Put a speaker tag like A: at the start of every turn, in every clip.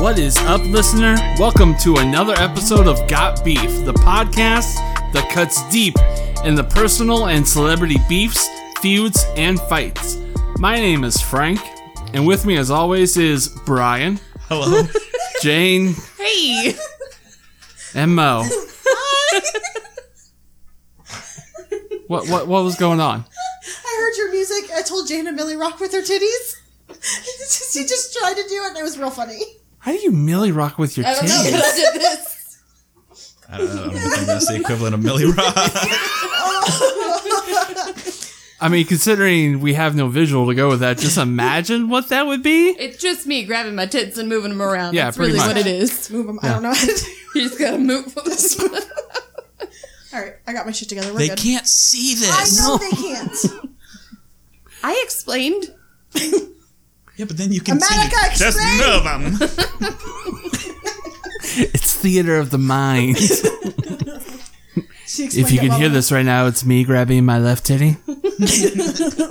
A: What is up, listener? Welcome to another episode of Got Beef, the podcast that cuts deep in the personal and celebrity beefs, feuds, and fights. My name is Frank, and with me, as always, is Brian,
B: Hello.
A: Jane,
C: Hey!
A: and Mo. What, what, what was going on?
C: I heard your music. I told Jane and Millie rock with their titties. she just tried to do it, and it was real funny.
A: How do you Millie rock with your
C: I don't know, but
A: titties?
C: I did this.
B: I don't, I don't think that's the equivalent of Millie Rock.
A: I mean, considering we have no visual to go with that, just imagine what that would be.
D: It's just me grabbing my tits and moving them around.
A: Yeah,
D: That's
A: pretty
D: really
A: much.
D: what it is.
C: Move them. I don't know how to do
D: You just gotta move them.
C: it. All right, I got my shit together. We're
B: they
C: good.
B: can't see
C: I
B: this.
C: know they can't.
D: I explained.
B: Yeah, but then you can
C: America
B: see. Just
C: explained.
B: move 'em.
A: It's theater of the mind.
C: She explained
A: If you
C: it
A: can
C: well
A: hear
C: enough.
A: this right now, it's me grabbing my left titty.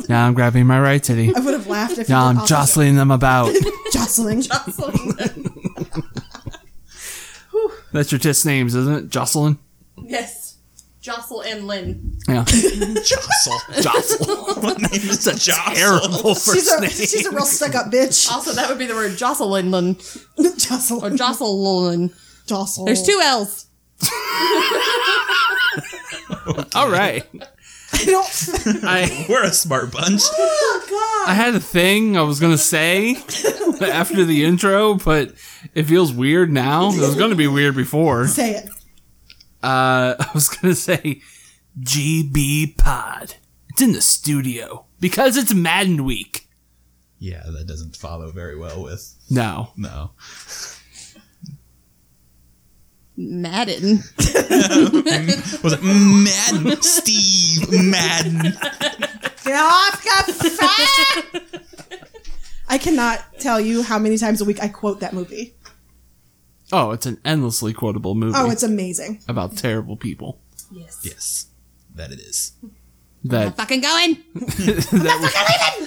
A: now I'm grabbing my right titty.
C: I would have laughed if
A: Now
C: you
A: I'm
C: did opposite.
A: jostling them about.
C: jostling.
A: That's your tits' names, isn't it? Jocelyn?
D: Yes. Jocelyn and Lynn.
A: Yeah.
B: Jostle.
A: Jocelyn.
B: What name is that? Jostle.
A: Terrible
C: She's
A: first
C: a,
A: name.
C: she's a real stuck up bitch.
D: Also, that would be the word Jocelyn Lynn or
B: Oh,
C: Jostle.
D: Jocelyn.
C: Jostle.
D: There's two L's.
A: All right.
C: I don't.
A: I,
B: We're a smart bunch.
C: Oh,
A: I
C: God.
A: had a thing I was going to say after the intro, but it feels weird now. It was going to be weird before.
C: Say it.
A: Uh, I was gonna say GB Pod. It's in the studio because it's Madden Week.
B: Yeah, that doesn't follow very well with.
A: No,
B: No.
D: Madden.
B: Was it Madden? Steve Madden.
C: Get off the fa- I cannot tell you how many times a week I quote that movie.
A: oh, it's an endlessly quotable movie
C: Oh, it's amazing.
A: about terrible people.
B: Yes, that it is.
D: I'm
A: That
D: fucking going.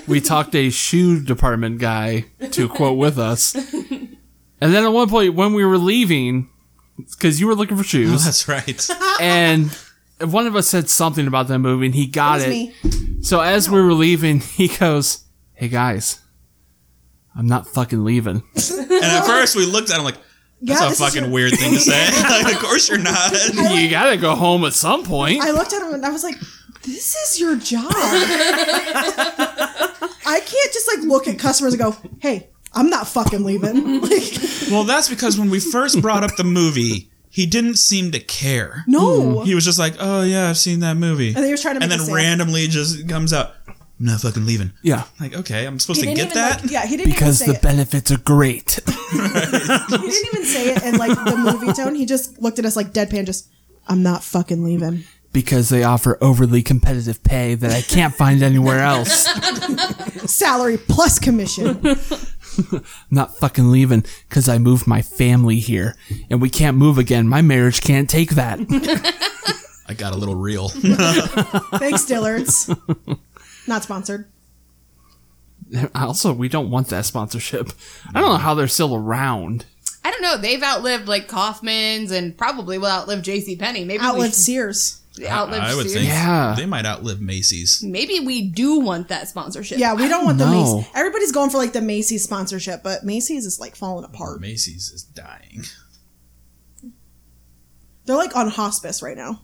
A: we talked a shoe department guy to quote with us, and then at one point when we were leaving, because you were looking for
B: Oh,
A: shoes,
B: that's right.
A: and one of us said something about that movie, and he got
C: It's
A: it.
C: me.
A: So as we were leaving, he goes, "Hey guys, I'm not fucking leaving."
B: And at first we looked at him like, that's
C: Yeah,
B: a
C: this is
B: fucking
C: your-
B: weird thing to say. like, of course you're not.
A: you gotta go home at some point.
C: I looked at him and I was like, "This is your job." I can't just like look at customers and go, "Hey, I'm not fucking leaving." Like,
B: Well, that's because when we first brought up the movie, he didn't seem to care.
C: no.
A: Mm.
B: He was just like, "Oh yeah, I've seen that movie," and
C: then he was trying to
B: and
C: make a
B: then
C: sale.
B: randomly just comes out, "I'm not fucking leaving."
A: yeah,
B: Like, okay, I'm supposed to
C: didn't
B: get
C: even,
B: that.
C: Like, yeah, he didn't
A: because the
C: even say it.
A: benefits are great.
C: He didn't even say it in like the movie tone. He just looked at us like deadpan, just, "I'm not fucking leaving."
A: because they offer overly competitive pay that I can't find anywhere else.
C: Salary plus commission.
A: not fucking leaving because I moved my family here and we can't move again. My marriage can't take that.
B: I got a little real.
C: Thanks, Dillard's. Not sponsored.
A: also, we don't want that sponsorship. I don't know how they're still around.
D: I don't know. They've outlived like Kaufman's and probably will outlive JC Penney. Maybe
C: Outlived
D: we
C: Sears.
D: should outlive
B: I would
D: Sears.
B: think
A: Yeah.
B: they might outlive Macy's.
D: Maybe we do want that sponsorship.
C: Yeah, we don't want the
A: know.
C: Macy's. Everybody's going for like the Macy's sponsorship, but Macy's is like falling apart.
B: Macy's is dying.
C: They're like on hospice right now.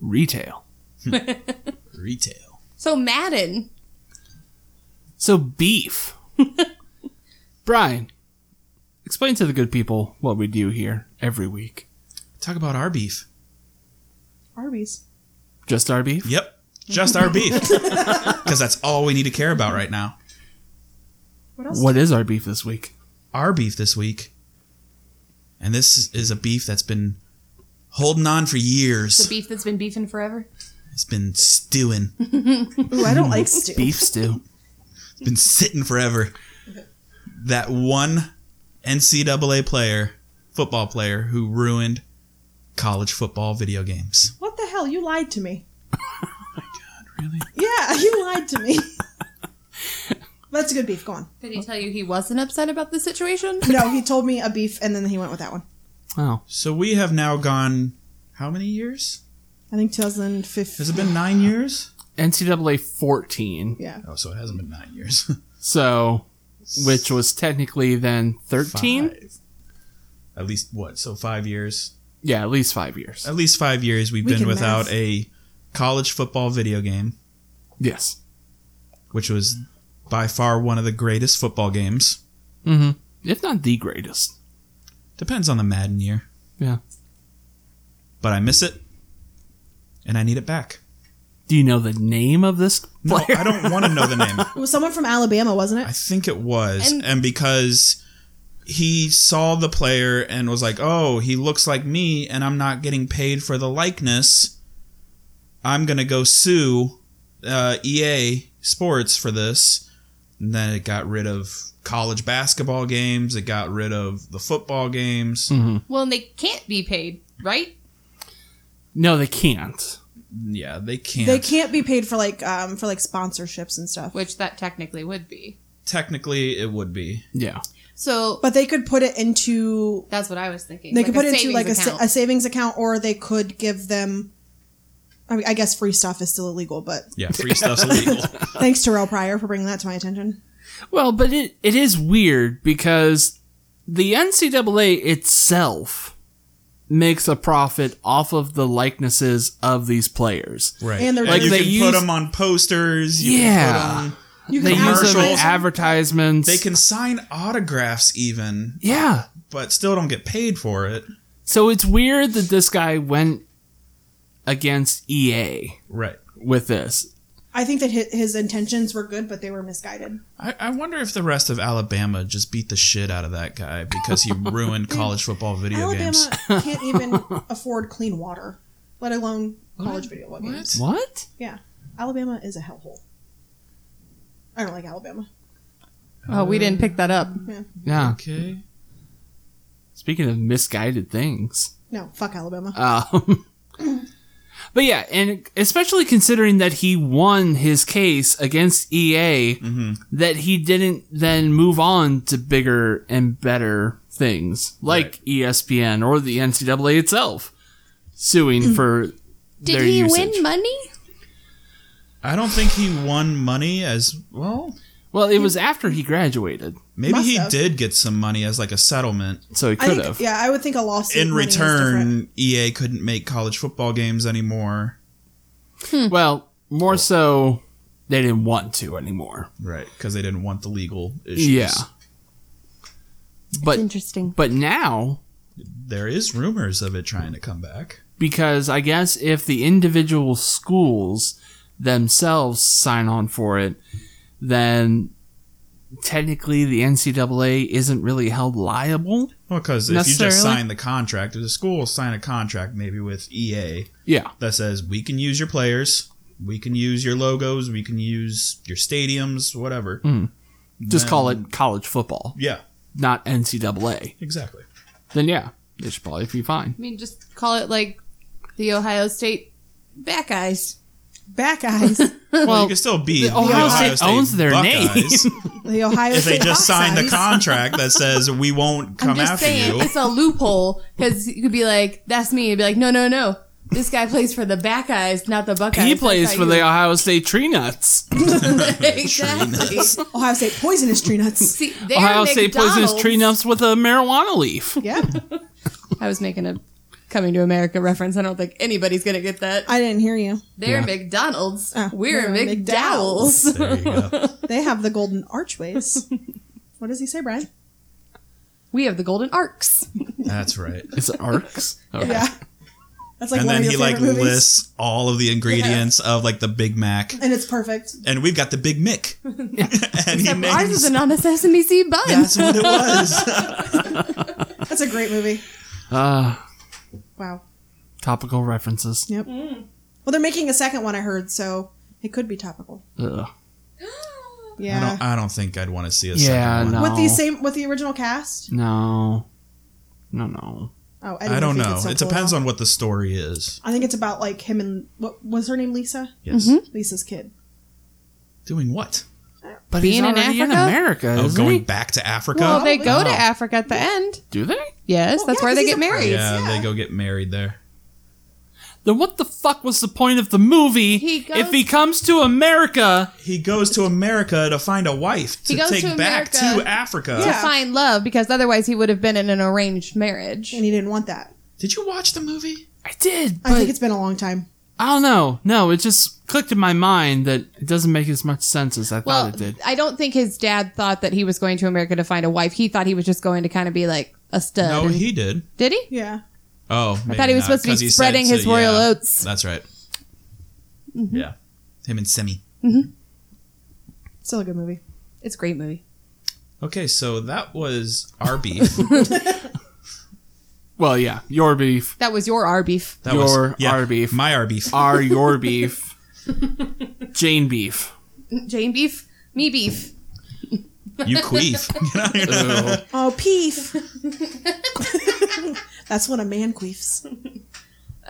A: Retail.
B: Retail.
D: So Madden.
A: So, beef. Brian, explain to the good people what we do here every week.
B: Talk about our beef.
C: Arby's.
A: Just our beef?
B: Yep, just our beef, because that's all we need to care about right now.
C: What else?
A: What is our beef this week?
B: Our beef this week, and this is a beef that's been holding on for
D: The
B: years.
D: beef that's been beefing forever.
B: It's been stewing.
C: Ooh, I don't like stew.
A: Beef stew.
B: been sitting forever. That one NCAA player, football player who ruined college football video games.
C: What the hell? You lied to me.
B: Oh
A: Really?
C: Yeah, you lied to me. That's a good beef. Go on.
D: Did he tell you he wasn't upset about the situation?
C: No, he told me a beef, and then he went with that one.
A: Wow.
B: So we have now gone how many years?
C: I think 2015.
B: Has it been nine years?
A: NCAA 14.
C: Yeah.
B: Oh, so it hasn't been nine years.
A: So, which was technically then 13?
B: Five. At least what? So five years.
A: Yeah, at least five years.
B: At least five years we've
C: We
B: been
C: can
B: without
C: math.
B: a college football video game,
A: Yes.
B: which was by far one of the greatest football games.
A: Mm hmm. If not the greatest.
B: Depends on the Madden year.
A: Yeah.
B: But I miss it. And I need it back.
A: Do you know the name of this
B: No,
A: player?
B: I don't want to know the name.
C: It was someone from Alabama, wasn't
B: I
C: it?
B: think it was. And,
D: And-
B: because he saw the player and was like, oh, he looks like me and I'm not getting paid for the likeness, I'm going to go sue uh, EA Sports for this. And then it got rid of college basketball games, it got rid of the football games.
D: Well, and they can't be paid, right?
A: No, they can't.
B: Yeah, they can't.
C: They can't be paid for like um for like sponsorships and stuff.
D: Which that technically would be.
B: Technically, it would be.
A: Yeah.
D: So
C: But they could put it into
D: that's what I was thinking.
C: they could put it into
D: savings
C: like a, sa-
D: account.
C: a savings account or they could give them I mean I guess free stuff is still illegal, but
B: Yeah, free stuff's illegal.
C: thanks Terrell Pryor for bringing that to my attention.
A: Well, but it, it is weird because the NCAA itself makes a profit off of the likenesses of these players.
B: Right.
C: And they're
A: Like
B: you
A: they
B: can
A: use-
B: put them on posters. You
A: Yeah.
B: Can put 'em-
C: You
A: They use them in
B: Commercials.
A: advertisements.
B: they can sign autographs even,
A: Yeah.
B: but still don't get paid for it.
A: So it's weird that this guy went against EA
B: Right.
A: with this.
C: I think that his, his intentions were good, but they were misguided.
B: I, I wonder if the rest of Alabama just beat the shit out of that guy because he ruined college football video games.
C: Alabama can't even afford clean water, let alone college video games.
A: What?
C: Yeah, Alabama is a hellhole. I don't like Alabama.
D: oh, we didn't pick that up.
A: Yeah.
B: Okay.
A: Speaking of misguided things.
C: No, fuck Alabama.
A: Um, but yeah, and especially considering that he won his case against EA,
B: Mm-hmm.
A: that he didn't then move on to bigger and better things like E ESPN or the NCAA itself suing for.
D: Mm. Did
A: their
D: he
A: usage.
D: win money?
B: I don't think he won money as well.
A: Well, it was after he graduated,
B: Maybe
C: Must
B: he
C: have.
B: did get some money as like a settlement.
A: so he
C: I
A: could
C: think,
A: have.
C: yeah, I would think a lawsuit
B: In
C: money is different.
B: return, EA couldn't make college football games anymore.
A: Well, more so, they didn't want to anymore.
B: Right, because they didn't want the legal issues.
A: Yeah. But
D: Interesting.
A: but now
B: There is rumors of it trying to come back.
A: because I guess if the individual schools themselves sign on for it, then technically the NCAA isn't really held liable.
B: Well, because if you just
A: Necessarily.
B: sign the contract, if the school will sign a contract maybe with EA
A: Yeah,
B: that says we can use your players, we can use your logos, we can use your stadiums, whatever.
A: just
B: Then-
A: call it college football,
B: Yeah,
A: not NCAA.
B: exactly.
A: Then yeah, they should probably be fine.
D: I mean, just call it like the Ohio State back eyes.
C: back eyes.
B: Well,
A: Well,
B: you can still be the
A: Ohio State owns their
B: Buckeyes
C: The Ohio
B: if they
C: State
B: just sign the
C: Buckeyes.
B: contract that says we won't come
D: I'm just
B: after
D: saying,
B: you.
D: it's a loophole because you could be like, "That's me," and be like, "No, no, no." This guy plays for the back eyes, not the Buckeyes.
A: he
D: That's
A: plays
D: how
A: for
D: you-
A: the Ohio State Tree Nuts.
D: exactly.
C: Ohio State poisonous tree nuts.
D: See, they're
A: Ohio State poisons
D: McDonald's-
A: tree nuts with a marijuana leaf.
C: Yeah,
D: I was making a Coming to America reference. I don't think anybody's gonna get that.
C: I didn't hear you.
D: They're McDonald's.
C: Oh,
D: we're,
C: we're
D: McDowell's.
B: There you go.
C: They have the golden archways. What does he say, Brian?
D: We have the Golden Arcs.
B: That's right.
A: Is it arcs? Okay.
C: Yeah, that's like
B: and
C: one
B: then
C: of your
B: he like
C: favorite movies,
B: lists all of the ingredients of like the Big Mac,
C: and it's perfect.
B: and we've got the Big Mick, and he
D: Except ours
B: names.
D: isn't on a sesame seed bun.
B: That's what it was.
C: That's a great movie.
A: Uh,
C: Wow.
A: topical references.
C: Yep. Well, they're making a second one. I heard, so it could be topical.
A: Ugh.
B: I
C: Yeah.
B: don't. I don't think I'd want to see a
A: Yeah,
B: second
A: no.
B: one.
C: With the same with the original cast?
A: No, no, no.
C: Oh, I,
B: I
C: don't
B: don't
C: think
B: know.
C: it's so
B: it
C: cool
B: depends
C: at all.
B: on what the story is.
C: I think it's about like him and what was her name? Lisa.
B: Yes.
D: Mm-hmm.
C: Lisa's kid.
B: Doing what?
A: But
D: Being
A: he's
D: in
A: already in,
D: Africa?
A: America,
B: Oh,
A: isn't
B: going
A: he?
B: back to Africa.
D: Well, they go to
A: Wow.
D: Africa at the end.
A: Do they?
D: Yes,
C: Well,
D: that's
C: yeah,
D: where they get
C: 'cause he's a
D: married.
B: yeah,
C: yeah.
B: they go get married there.
A: Then what the fuck was the point of the movie
E: He goes-
A: if he comes to America?
B: He goes to America to find a wife to
D: goes
B: take
D: to
B: back to
D: America.
B: Africa.
D: To
C: Yeah.
D: find love, because otherwise he would have been in an arranged marriage.
C: And he didn't want that.
B: Did you watch the movie?
A: I did,
C: I
A: but I,
C: think it's been a long time.
A: don't know. No, it just clicked in my mind that it doesn't make as much sense as I
D: Well,
A: thought it did.
D: I don't think his dad thought that he was going to America to find a wife. He thought he was just going to kind of be like a stud.
B: No, he did.
D: Did he?
C: Yeah.
B: Oh,
D: Uh, I thought he was supposed to be spreading his royal oats.
B: That's right. Yeah, him and Semi.
C: Still a good movie.
D: It's a great movie.
B: Okay, so that was our beef.
A: Well, yeah, your beef,
D: That was your R beef.
B: That was
A: Your
B: yeah,
A: our beef.
B: My our beef.
A: are your beef, Jane beef.
D: Jane beef, me beef.
B: You queef. Get out of here.
A: Ew.
C: Oh, peef. That's when a man queefs.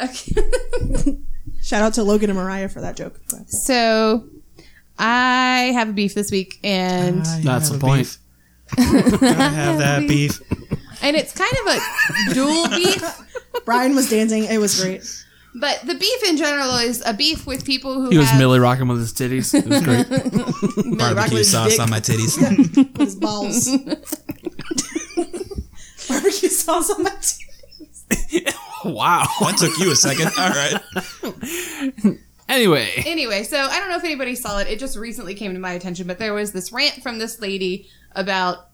E: Okay.
C: Shout out to Logan and Mariah for that joke.
D: So I have a beef this week, and
B: I
A: That's
B: have
A: the
B: a
A: point.
B: beef. I have that beef.
D: and it's kind of a dual beef.
C: Brian was dancing. It was great.
D: But the beef in general is a beef with people who
A: He was
D: have,
A: Millie rocking with his titties. It was great.
B: Barbecue
C: Rockwood's
B: sauce
C: dick.
B: on my titties.
C: With his balls. Barbecue sauce on my teeth.
A: wow.
B: that took you a second. All right.
A: Anyway,
D: Anyway, so I don't know if anybody saw it. It just recently came to my attention, but there was this rant from this lady about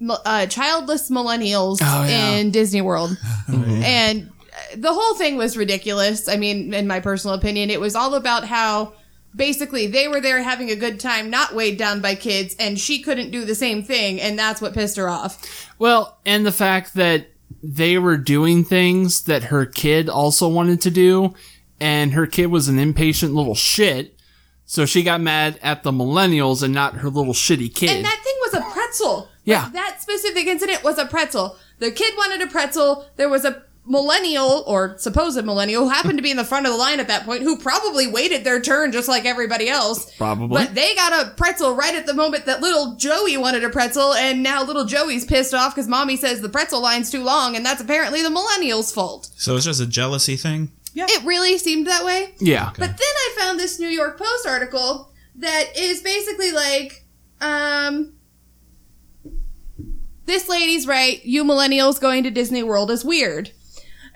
D: mi- uh, childless millennials
A: Oh, yeah. Oh,
D: in Disney World. And uh, the whole thing was ridiculous. I mean, in my personal opinion, it was all about how basically they were there having a good time, not weighed down by kids, and she couldn't do the same thing, and that's what pissed her off.
A: well, and the fact that they were doing things that her kid also wanted to do, and her kid was an impatient little shit, so she got mad at the millennials and not her little shitty kid.
D: And that thing was a pretzel.
A: Yeah.
D: That specific incident was a pretzel. The kid wanted a pretzel. There was a millennial or supposed millennial who happened to be in the front of the line at that point who probably waited their turn just like everybody else.
A: Probably.
D: But they got a pretzel right at the moment that little Joey wanted a pretzel, and now little Joey's pissed off because mommy says the pretzel line's too long, and that's apparently the millennial's fault.
B: So it's just a jealousy thing.
D: It really seemed that way.
A: yeah.
D: But then I found this New York Post article that is basically like, um, this lady's right. You millennials going to Disney World is weird.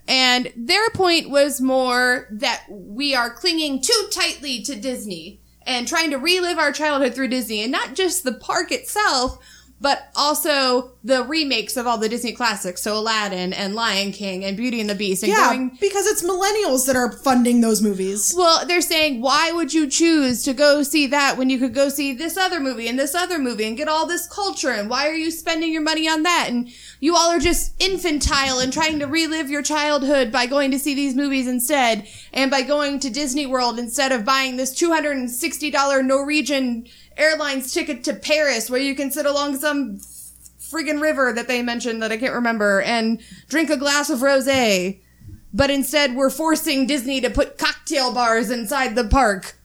D: And their point was more that we are clinging too tightly to Disney and trying to relive our childhood through Disney and not just the park itself, but also the remakes of all the Disney classics. So Aladdin and Lion King and Beauty and the Beast and
C: Yeah,
D: going
C: because it's millennials that are funding those movies.
D: well, they're saying, why would you choose to go see that when you could go see this other movie and this other movie and get all this culture? And why are you spending your money on that? And you all are just infantile and trying to relive your childhood by going to see these movies instead and by going to Disney World instead of buying this $260 Norwegian Airlines ticket to Paris where you can sit along some friggin' river that they mentioned that I can't remember and drink a glass of rosé. But instead, we're forcing Disney to put cocktail bars inside the park.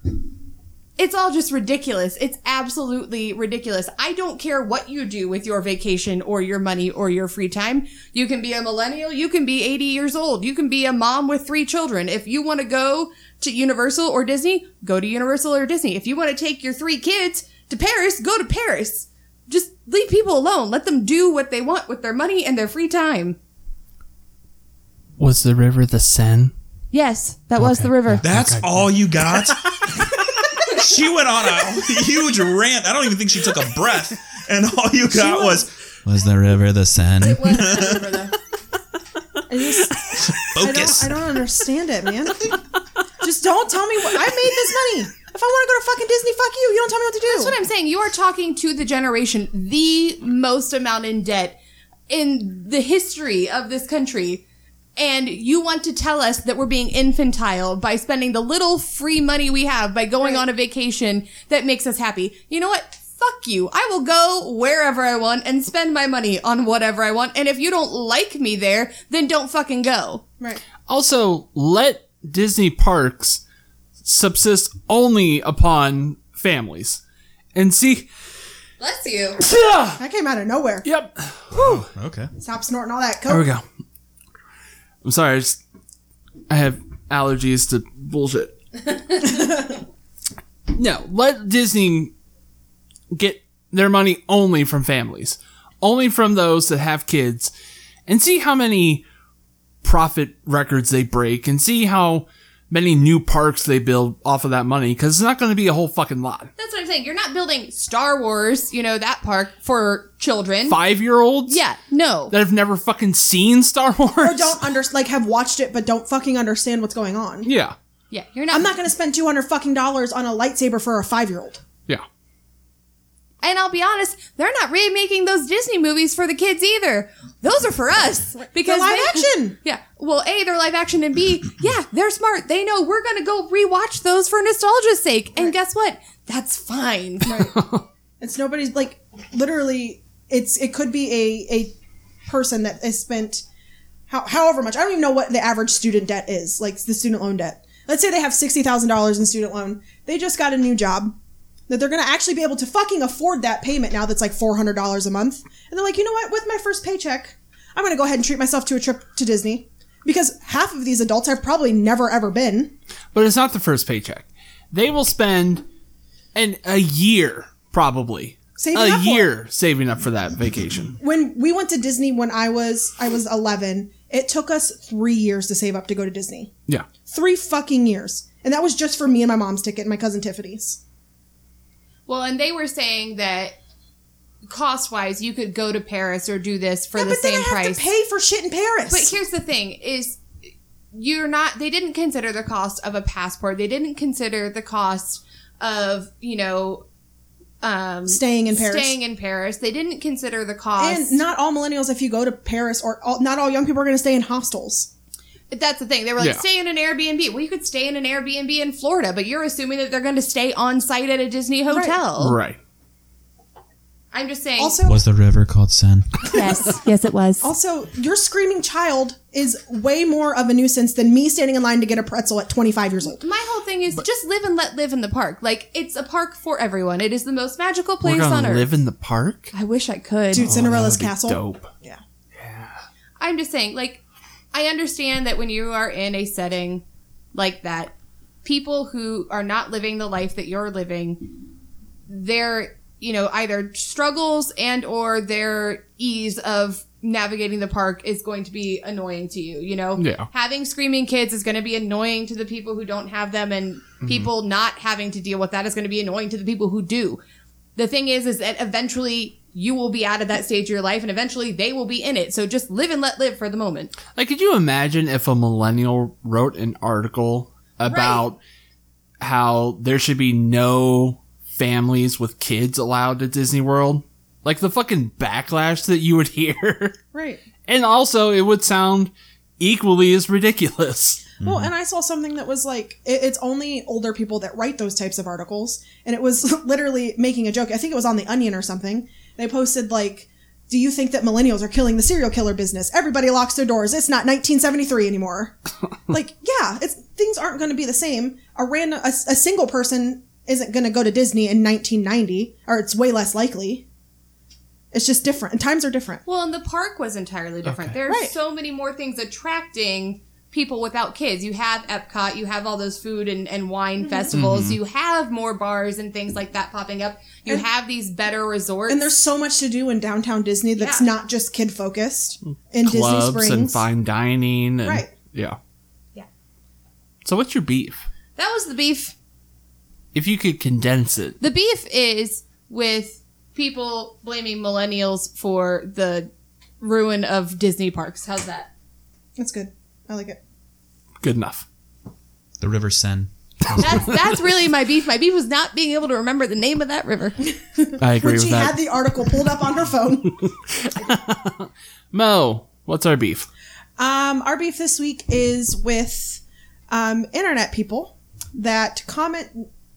D: It's all just ridiculous. It's absolutely ridiculous. I don't care what you do with your vacation or your money or your free time. You can be a millennial. You can be 80 years old. You can be a mom with three children. If you want to go to Universal or Disney, go to Universal or Disney. If you want to take your three kids to Paris, go to Paris. Just leave people alone. Let them do what they want with their money and their free time.
A: Was the river the Seine?
D: Yes, that was the river.
B: That's all you got? she went on a huge rant. I don't even think she took a breath. And all you got was, was the river the Seine?
C: I just, I don't,
B: Focus.
C: I don't understand it, man. Just don't tell me what I made this money. If I want to go to fucking Disney, fuck you. You don't tell me what to do.
D: That's what I'm saying. You are talking to the generation the most amount in debt in the history of this country. And you want to tell us that we're being infantile by spending the little free money we have by going on a vacation that makes us happy. You know what?
F: fuck you. I will go wherever I want and spend my money on whatever I want. And if you don't like me there, then don't fucking go.
C: Right.
A: Also, let Disney parks subsist only upon families. And see,
F: Bless you.
C: That came out of nowhere.
A: yep,
B: Okay.
C: Stop snorting all that
A: there we
C: coke.
A: go. I'm sorry, I, just, I have allergies to bullshit. no, let Disney get their money only from families, only from those that have kids, and see how many profit records they break, and see how many new parks they build off of that money, because it's not going to be a whole fucking lot.
F: That's what I'm saying. You're not building Star Wars, you know, that park for children.
A: Five year olds?
F: Yeah, no.
A: that have never fucking seen Star Wars.
C: Or don't under like have watched it but don't fucking understand what's going on.
A: Yeah,
F: Yeah, you're not.
C: I'm not gonna spend two hundred fucking dollars on a lightsaber for a five year old.
A: yeah.
F: And I'll be honest, they're not remaking those Disney movies for the kids either. Those are for us because
C: They're live
F: they-
C: action.
F: Yeah. Well, a they're live action, and b yeah they're smart. They know we're gonna go rewatch those for nostalgia's sake. And guess what? That's fine.
C: It's nobody's like literally it's it could be a a person that has spent how, however much I don't even know what the average student debt is like the student loan debt. Let's say they have sixty thousand dollars in student loan. They just got a new job that they're going to actually be able to fucking afford that payment now that's like four hundred dollars a month. And they're like, you know what? With my first paycheck, I'm going to go ahead and treat myself to a trip to Disney because half of these adults have probably never ever been.
A: But it's not the first paycheck. They will spend an a year probably
C: Saving
A: a
C: up for
A: year saving up for that vacation.
C: when we went to Disney when I was I was 11, it took us 3 years to save up to go to Disney.
A: Yeah,
C: 3 fucking years. And that was just for me and my mom's ticket and my cousin Tiffany's.
D: Well, and they were saying that cost wise, you could go to Paris or do this for
C: Yeah,
D: the
C: but then I
D: same
C: have
D: price.
C: to pay for shit in Paris.
D: But here's the thing: is you're not. They didn't consider the cost of a passport. They didn't consider the cost of you know um,
C: Staying in Paris.
D: Staying in Paris. They didn't consider the cost.
C: and not all millennials if you go to Paris or all, not all young people are going to stay in hostels.
D: That's the thing. They were like,
A: Yeah.
D: stay in an Airbnb. Well, you could stay in an Airbnb in Florida, but you're assuming that they're going to stay on site at a Disney
C: Oh,
D: hotel.
A: right.
D: I'm just saying.
C: Also
B: Was the river called Sen?
F: yes, yes, it was.
C: also your screaming child is way more of a nuisance than me standing in line to get a pretzel at 25 years
A: Oh,
C: old.
D: my whole thing is just live and let live in the park. Like, it's a park for everyone. It is the most magical
A: We're
D: place on
A: gonna
D: earth.
A: live in the park.
F: I wish I could.
C: Dude, Cinderella's
A: That'd be
C: castle.
A: Dope.
C: Yeah.
D: I'm just saying, like, I understand that when you are in a setting like that, people who are not living the life that you're living, their, you know, either struggles and or their ease of navigating the park is going to be annoying to you, you know?
A: Yeah.
D: Having screaming kids is going to be annoying to the people who don't have them and people not having to deal with that is going to be annoying to the people who do the thing is is that eventually you will be out of that stage of your life and eventually they will be in it so just live and let live for the moment
A: Like, could you imagine if a millennial wrote an article about how there should be no families with kids allowed at Disney World? Like the fucking backlash that you would hear.
C: Right.
A: And also, it would sound equally as ridiculous.
C: Well, and I saw something that was like, it, it's only older people that write those types of articles. And it was literally making a joke. I think it was on The Onion or something. They posted, like, do you think that millennials are killing the serial killer business? Everybody locks their doors. It's not 1973 anymore. like, yeah, it's things aren't going to be the same. A random, a, a single person isn't going to go to Disney in 1990, or it's way less likely. It's just different. And times are different.
D: well and the park was entirely different there are
C: Right.
D: so many more things attracting people without kids you have epcot you have all those food and, and wine
C: Mm-hmm.
D: festivals you have more bars and things like that popping up you have these better resorts
C: And there's so much to do in downtown Disney that's
D: Yeah.
C: not just kid focused in Disney
A: Clubs
C: Springs.
A: and fine dining. And,
C: Right.
A: Yeah.
D: Yeah.
A: So, what's your beef?
D: that was the beef
A: If you could condense it,
D: the beef is with people blaming millennials for the ruin of disney parks how's that
C: That's good. I like it.
A: good enough.
B: The river Sen.
D: That's that's really my beef. My beef was not being able to remember the name of that river.
A: I agree
C: When
A: with
C: she
A: that.
C: had the article pulled up on her phone.
A: Mo, what's our beef?
C: Um, our beef this week is with um, internet people that comment.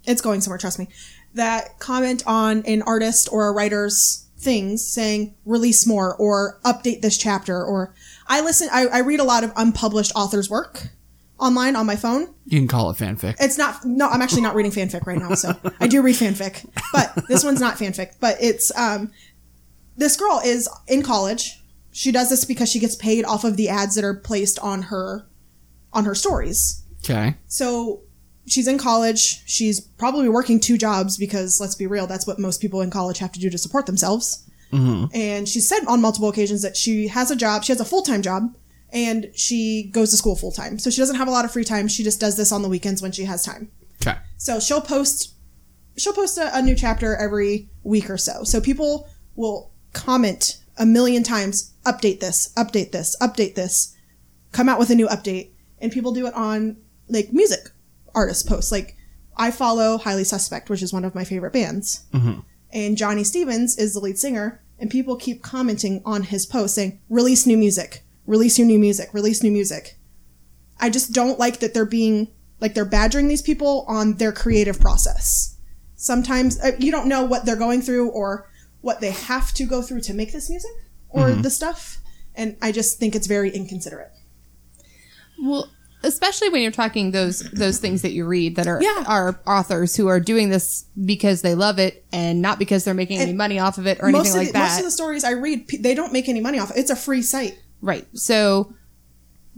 C: It's going somewhere. Trust me. that comment on an artist or a writer's things saying release more or update this chapter or I listen I, I read a lot of unpublished authors' work online on my phone.
A: You can call it fanfic.
C: It's not. No, I'm actually not reading fanfic right now. So I do read fanfic, but this one's not fanfic. But it's um, this girl is in college. She does this because she gets paid off of the ads that are placed on her, on her stories.
A: Okay.
C: So she's in college. She's probably working two jobs because let's be real, that's what most people in college have to do to support themselves. And she said on multiple occasions that she has a job. She has a full time job and she goes to school full time. So she doesn't have a lot of free time. She just does this on the weekends when she has time.
A: Okay.
C: So she'll post she'll post a, a new chapter every week or so. So people will comment a million times, update this, update this, update this, come out with a new update. And people do it on like music artist posts. Like I follow Highly Suspect, which is one of my favorite bands. And Johnny Stevens is the lead singer, and people keep commenting on his post saying, release new music, release your new music, release new music. I just don't like that they're being like they're badgering these people on their creative process. Sometimes uh, you don't know what they're going through or what they have to go through to make this music or
D: Mm-hmm.
C: the stuff, and I just think it's very inconsiderate.
D: Well, especially when you're talking those those things that you read that are
C: Yeah.
D: are authors who are doing this because they love it and not because they're making any money off of it or
C: Most
D: anything
C: of, the,
D: like that.
C: most of the stories I read, pe- they don't make any money off. it. It's a free site.
D: Right. So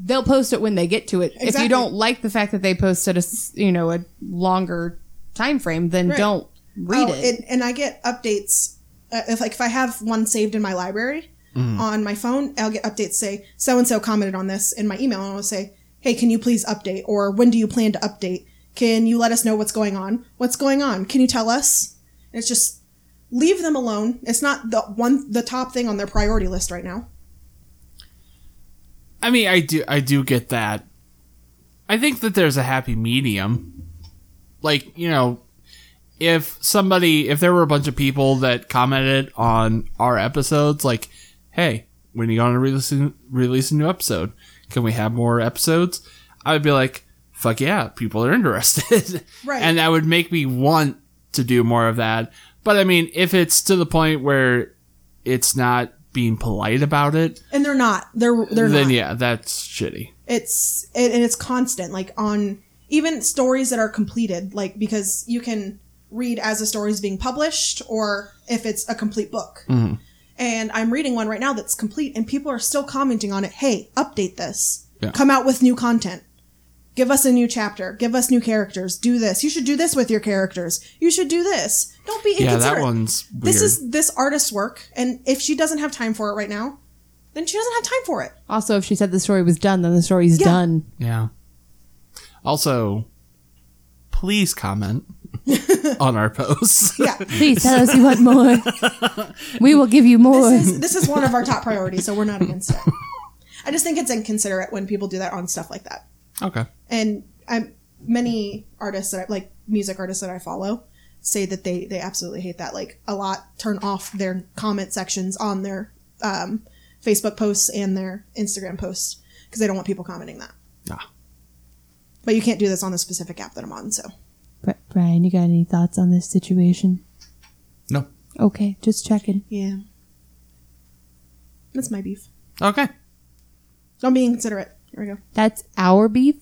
D: they'll post it when they get to it. If
C: Exactly.
D: you don't like the fact that they posted a s- you know a longer time frame, then
C: Right.
D: don't read
C: Oh,
D: it.
C: And, and I get updates. Uh, if like if I have one saved in my library
A: Mm.
C: on my phone, I'll get updates say so and so commented on this in my email, and I'll say, "Hey, can you please update?" or "When do you plan to update?" Can you let us know what's going on? What's going on? Can you tell us? And it's just leave them alone. It's not the one the top thing on their priority list right now.
A: I mean, I do, I do get that. I think that there's a happy medium. Like you know, if somebody, if there were a bunch of people that commented on our episodes, like, hey, when are you going to release a- release a new episode? Can we have more episodes? I'd be like, fuck yeah, people are interested,
C: Right.
A: And that would make me want to do more of that. But I mean, if it's to the point where it's not being polite about it,
C: And they're not. They're they're
A: then
C: not.
A: yeah, that's shitty.
C: it's it, and it's constant like on even stories that are completed like because you can read as a story is being published or if it's a complete book
A: Mm-hmm.
C: and i'm reading one right now that's complete and people are still commenting on it hey update this
A: Yeah.
C: come out with new content give us a new chapter give us new characters do this you should do this with your characters you should do this don't be
A: Yeah,
C: inconsiderate
A: that one's weird.
C: this is this artist's work and if she doesn't have time for it right now then she doesn't have time for it
D: Also, if she said the story was done, then the story's
C: Yeah.
D: done.
A: yeah. Also, please comment on our posts.
C: yeah
F: Please tell us you want more. We will give you more.
C: this is this is one of our top priorities, so we're not against it. I just think it's inconsiderate when people do that on stuff like that.
A: okay.
C: And I'm many artists that I, like music artists that I follow say that they they absolutely hate that. Like a lot turn off their comment sections on their um, Facebook posts and their Instagram posts because they don't want people commenting that.
A: Ah.
C: But you can't do this on the specific app that I'm on, so
F: Bri- Brian, you got any thoughts on this situation?
A: No.
F: Okay, just checking.
C: yeah. That's my beef.
A: Okay.
C: Don't be inconsiderate. Here we go.
F: That's our beef.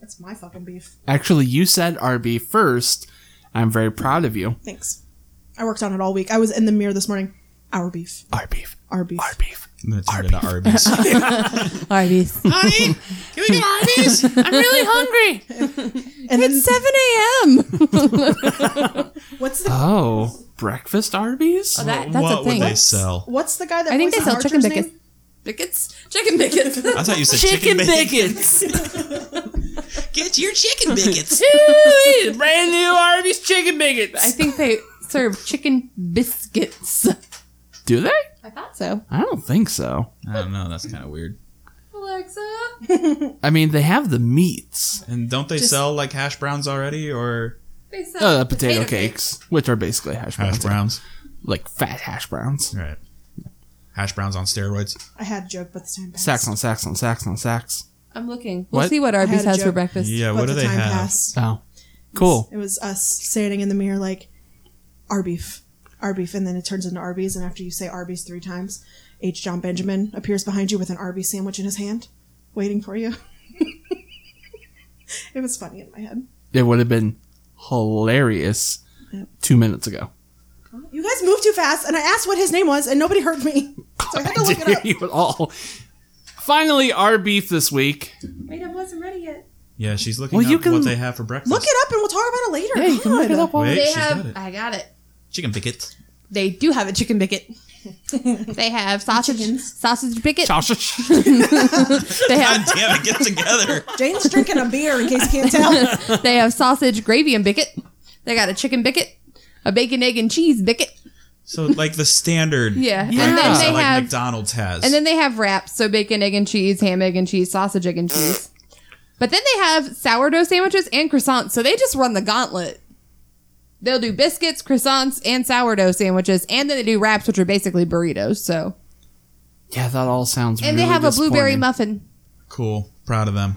C: That's my fucking beef.
A: Actually, you said RB first. I'm very proud of you.
C: Thanks. I worked on it all week. I was in the mirror this morning. Our beef.
A: R beef.
C: Our beef.
A: R beef.
B: I'm gonna turn into Arby's.
F: Arby's.
B: Honey, can we get Arby's?
F: I'm really hungry.
C: and then
F: 7 a.m.
C: what's the
A: Oh, breakfast Arby's?
D: That, that's
B: what
D: a thing.
B: would they sell?
C: what's the guy that
D: I think they
C: voices
D: sell chicken
C: Archer's
D: bickets.
C: name?
D: Bickets? Chicken bickets.
B: I thought you said chicken, bacon.
A: bickets.
B: Get your chicken bickets.
A: Brand new Arby's chicken
D: I
A: bickets.
D: think they serve chicken biscuits.
A: Do they?
D: I thought so.
A: I don't think so.
B: I don't know. That's kind of weird.
D: Alexa.
A: I mean, they have the meats.
B: And don't they sell like hash browns already or
D: They sell
A: Uh, potato, cakes, which are basically hash browns.
B: browns?
A: Like fat hash browns.
B: Right. Hash browns on steroids.
C: I had a joke, but the time passed.
A: Sacks on sacks on sacks on sacks.
D: I'm looking. We'll
A: What?
D: see what Arby's
C: had a
D: has for
C: joke.
D: breakfast.
B: Yeah.
C: But
B: what
C: the
B: do they
C: time
B: have?
C: passed.
A: Oh, cool.
C: It was us standing in the mirror like, Arbeef, Arbeef, and then it turns into Arby's. And after you say Arby's three times, H. John Benjamin appears behind you with an Arby's sandwich in his hand, waiting for you. it was funny in my head.
A: It would have been hilarious two minutes ago.
C: You guys moved too fast, and I asked what his name was, and nobody heard me. So I had to
A: I
C: look
A: didn't
C: it
A: hear
C: up.
A: you at all. Finally, our beef this week.
D: Wait, I wasn't ready yet.
B: Yeah, she's looking
A: Well,
B: up
A: you can-
B: what they have for breakfast.
C: Look it up, and we'll talk about it later.
A: Yeah, you can look it
C: God.
A: up all
B: Wait,
D: They
B: she's
D: have.
B: got it.
D: I got it.
B: Chicken picket.
D: They do have a chicken bicket. they have sausage sausage bicket.
A: Sausage.
D: They
B: God
D: have
B: damn it, get together.
C: Jane's drinking a beer, in case you can't tell.
D: they have sausage gravy and bicket. They got a chicken bicket, a bacon egg and cheese bicket.
B: So like the standard.
D: Yeah,
A: Yeah.
D: and then
A: So,
D: they
B: that, like
D: have
B: McDonald's has.
D: And then they have wraps, so bacon, egg, and cheese, ham, egg, and cheese, sausage, egg, and cheese. But then they have sourdough sandwiches and croissants, so they just run the gauntlet. They'll do biscuits, croissants, and sourdough sandwiches, and then they do wraps, which are basically burritos. So,
A: yeah, that all sounds.
D: and they
A: really
D: have a blueberry
A: disappointing.
D: muffin.
B: cool. Proud of them.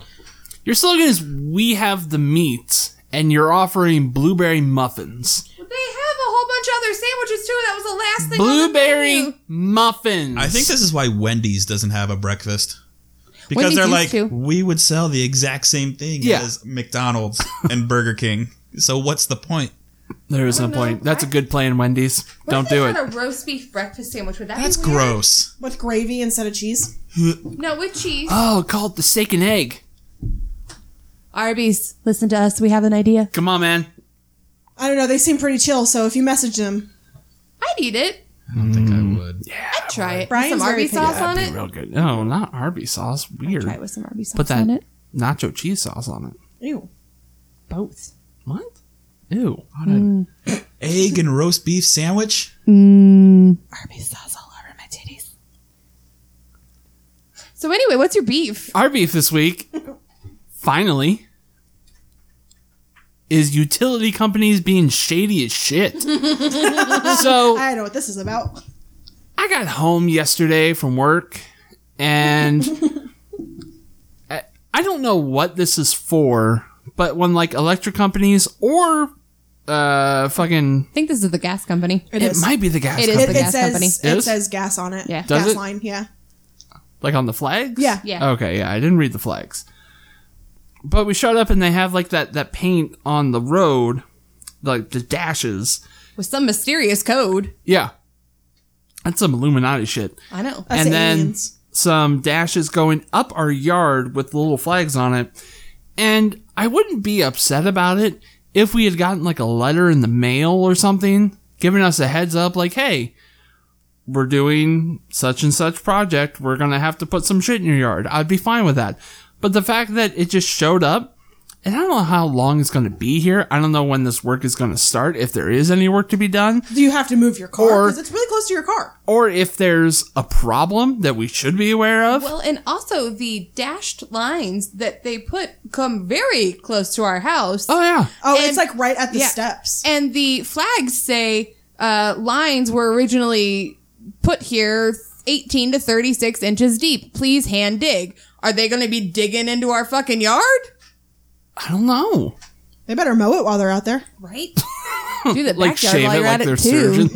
A: Your slogan is "We have the meat," and you're offering blueberry muffins.
D: They have a whole bunch of other sandwiches too. That was the last thing.
A: Blueberry muffins.
B: I think this is why Wendy's doesn't have a breakfast. Because
D: Wendy's
B: they're
D: used
B: like,
D: to.
B: we would sell the exact same thing
A: Yeah.
B: as McDonald's and Burger King. So what's the point?
A: there is no point. That's a good plan, Wendy's. Don't do it.
D: A roast beef breakfast sandwich would that
B: That's gross.
C: With gravy instead of cheese.
D: No, with cheese.
A: Oh, call it the steak and egg.
D: Arby's, listen to us. We have an idea.
A: Come on, man.
C: I don't know. They seem pretty chill, so if you message them,
D: I'd eat it.
B: I
A: Mm.
B: don't think I would. Yeah.
D: I'd try it.
C: Brian's
D: Some
C: very
D: Arby's
C: picky.
D: sauce on it.
A: Real good. No, not Arby's sauce. Weird.
D: Try it with some Arby's sauce
A: Put
D: on
A: that
D: it.
A: nacho cheese sauce on it.
C: ew.
D: Both.
A: What? Ew. Mm.
B: Egg and roast beef sandwich?
D: Arby's sauce all over my titties. So anyway, what's your beef?
A: Our beef this week, finally, is utility companies being shady as shit. so
C: I know what this is about.
A: I got home yesterday from work, and I, I don't know what this is for, but when like electric companies or uh fucking
D: I think this is the gas company.
A: it
C: is.
A: might be the gas
D: It is.
A: company
C: It,
D: The
C: it
D: gas company.
C: says it
A: Is?
C: says gas on it.
D: Yeah.
A: Does
C: gas
A: it?
C: line. Yeah.
A: like on the flags
C: Yeah.
D: Yeah.
A: okay yeah i didn't read the flags but we showed up and they have like that that paint on the road like the dashes
D: With some mysterious code.
A: yeah that's some illuminati shit
D: I know.
C: That's
A: and
C: the
A: then
C: aliens.
A: some dashes going up our yard with little flags on it. And I wouldn't be upset about it if we had gotten like a letter in the mail or something giving us a heads up like, hey, we're doing such and such project. We're going to have to put some shit in your yard. I'd be fine with that. But the fact that it just showed up, and I don't know how long it's going to be here. I don't know when this work is going to start, if there is any work to be done
C: Do you have to move your car?
A: Or-
C: Because it's really close to your car.
A: or if there's a problem that we should be aware of.
D: Well, and also the dashed lines that they put come very close to our house.
A: oh, yeah.
C: Oh,
D: And-
C: it's like right at the
D: yeah.
C: steps.
D: And the flags say uh, lines were originally put here 18 to 36 inches deep. Please hand dig. Are they going to be digging into our fucking yard?
A: I don't know.
C: They better mow it while they're out there.
D: Right? Do the backyard
A: like shave
D: while
A: it
D: you're
A: like
D: at
A: they're
D: it too.
A: surgeons.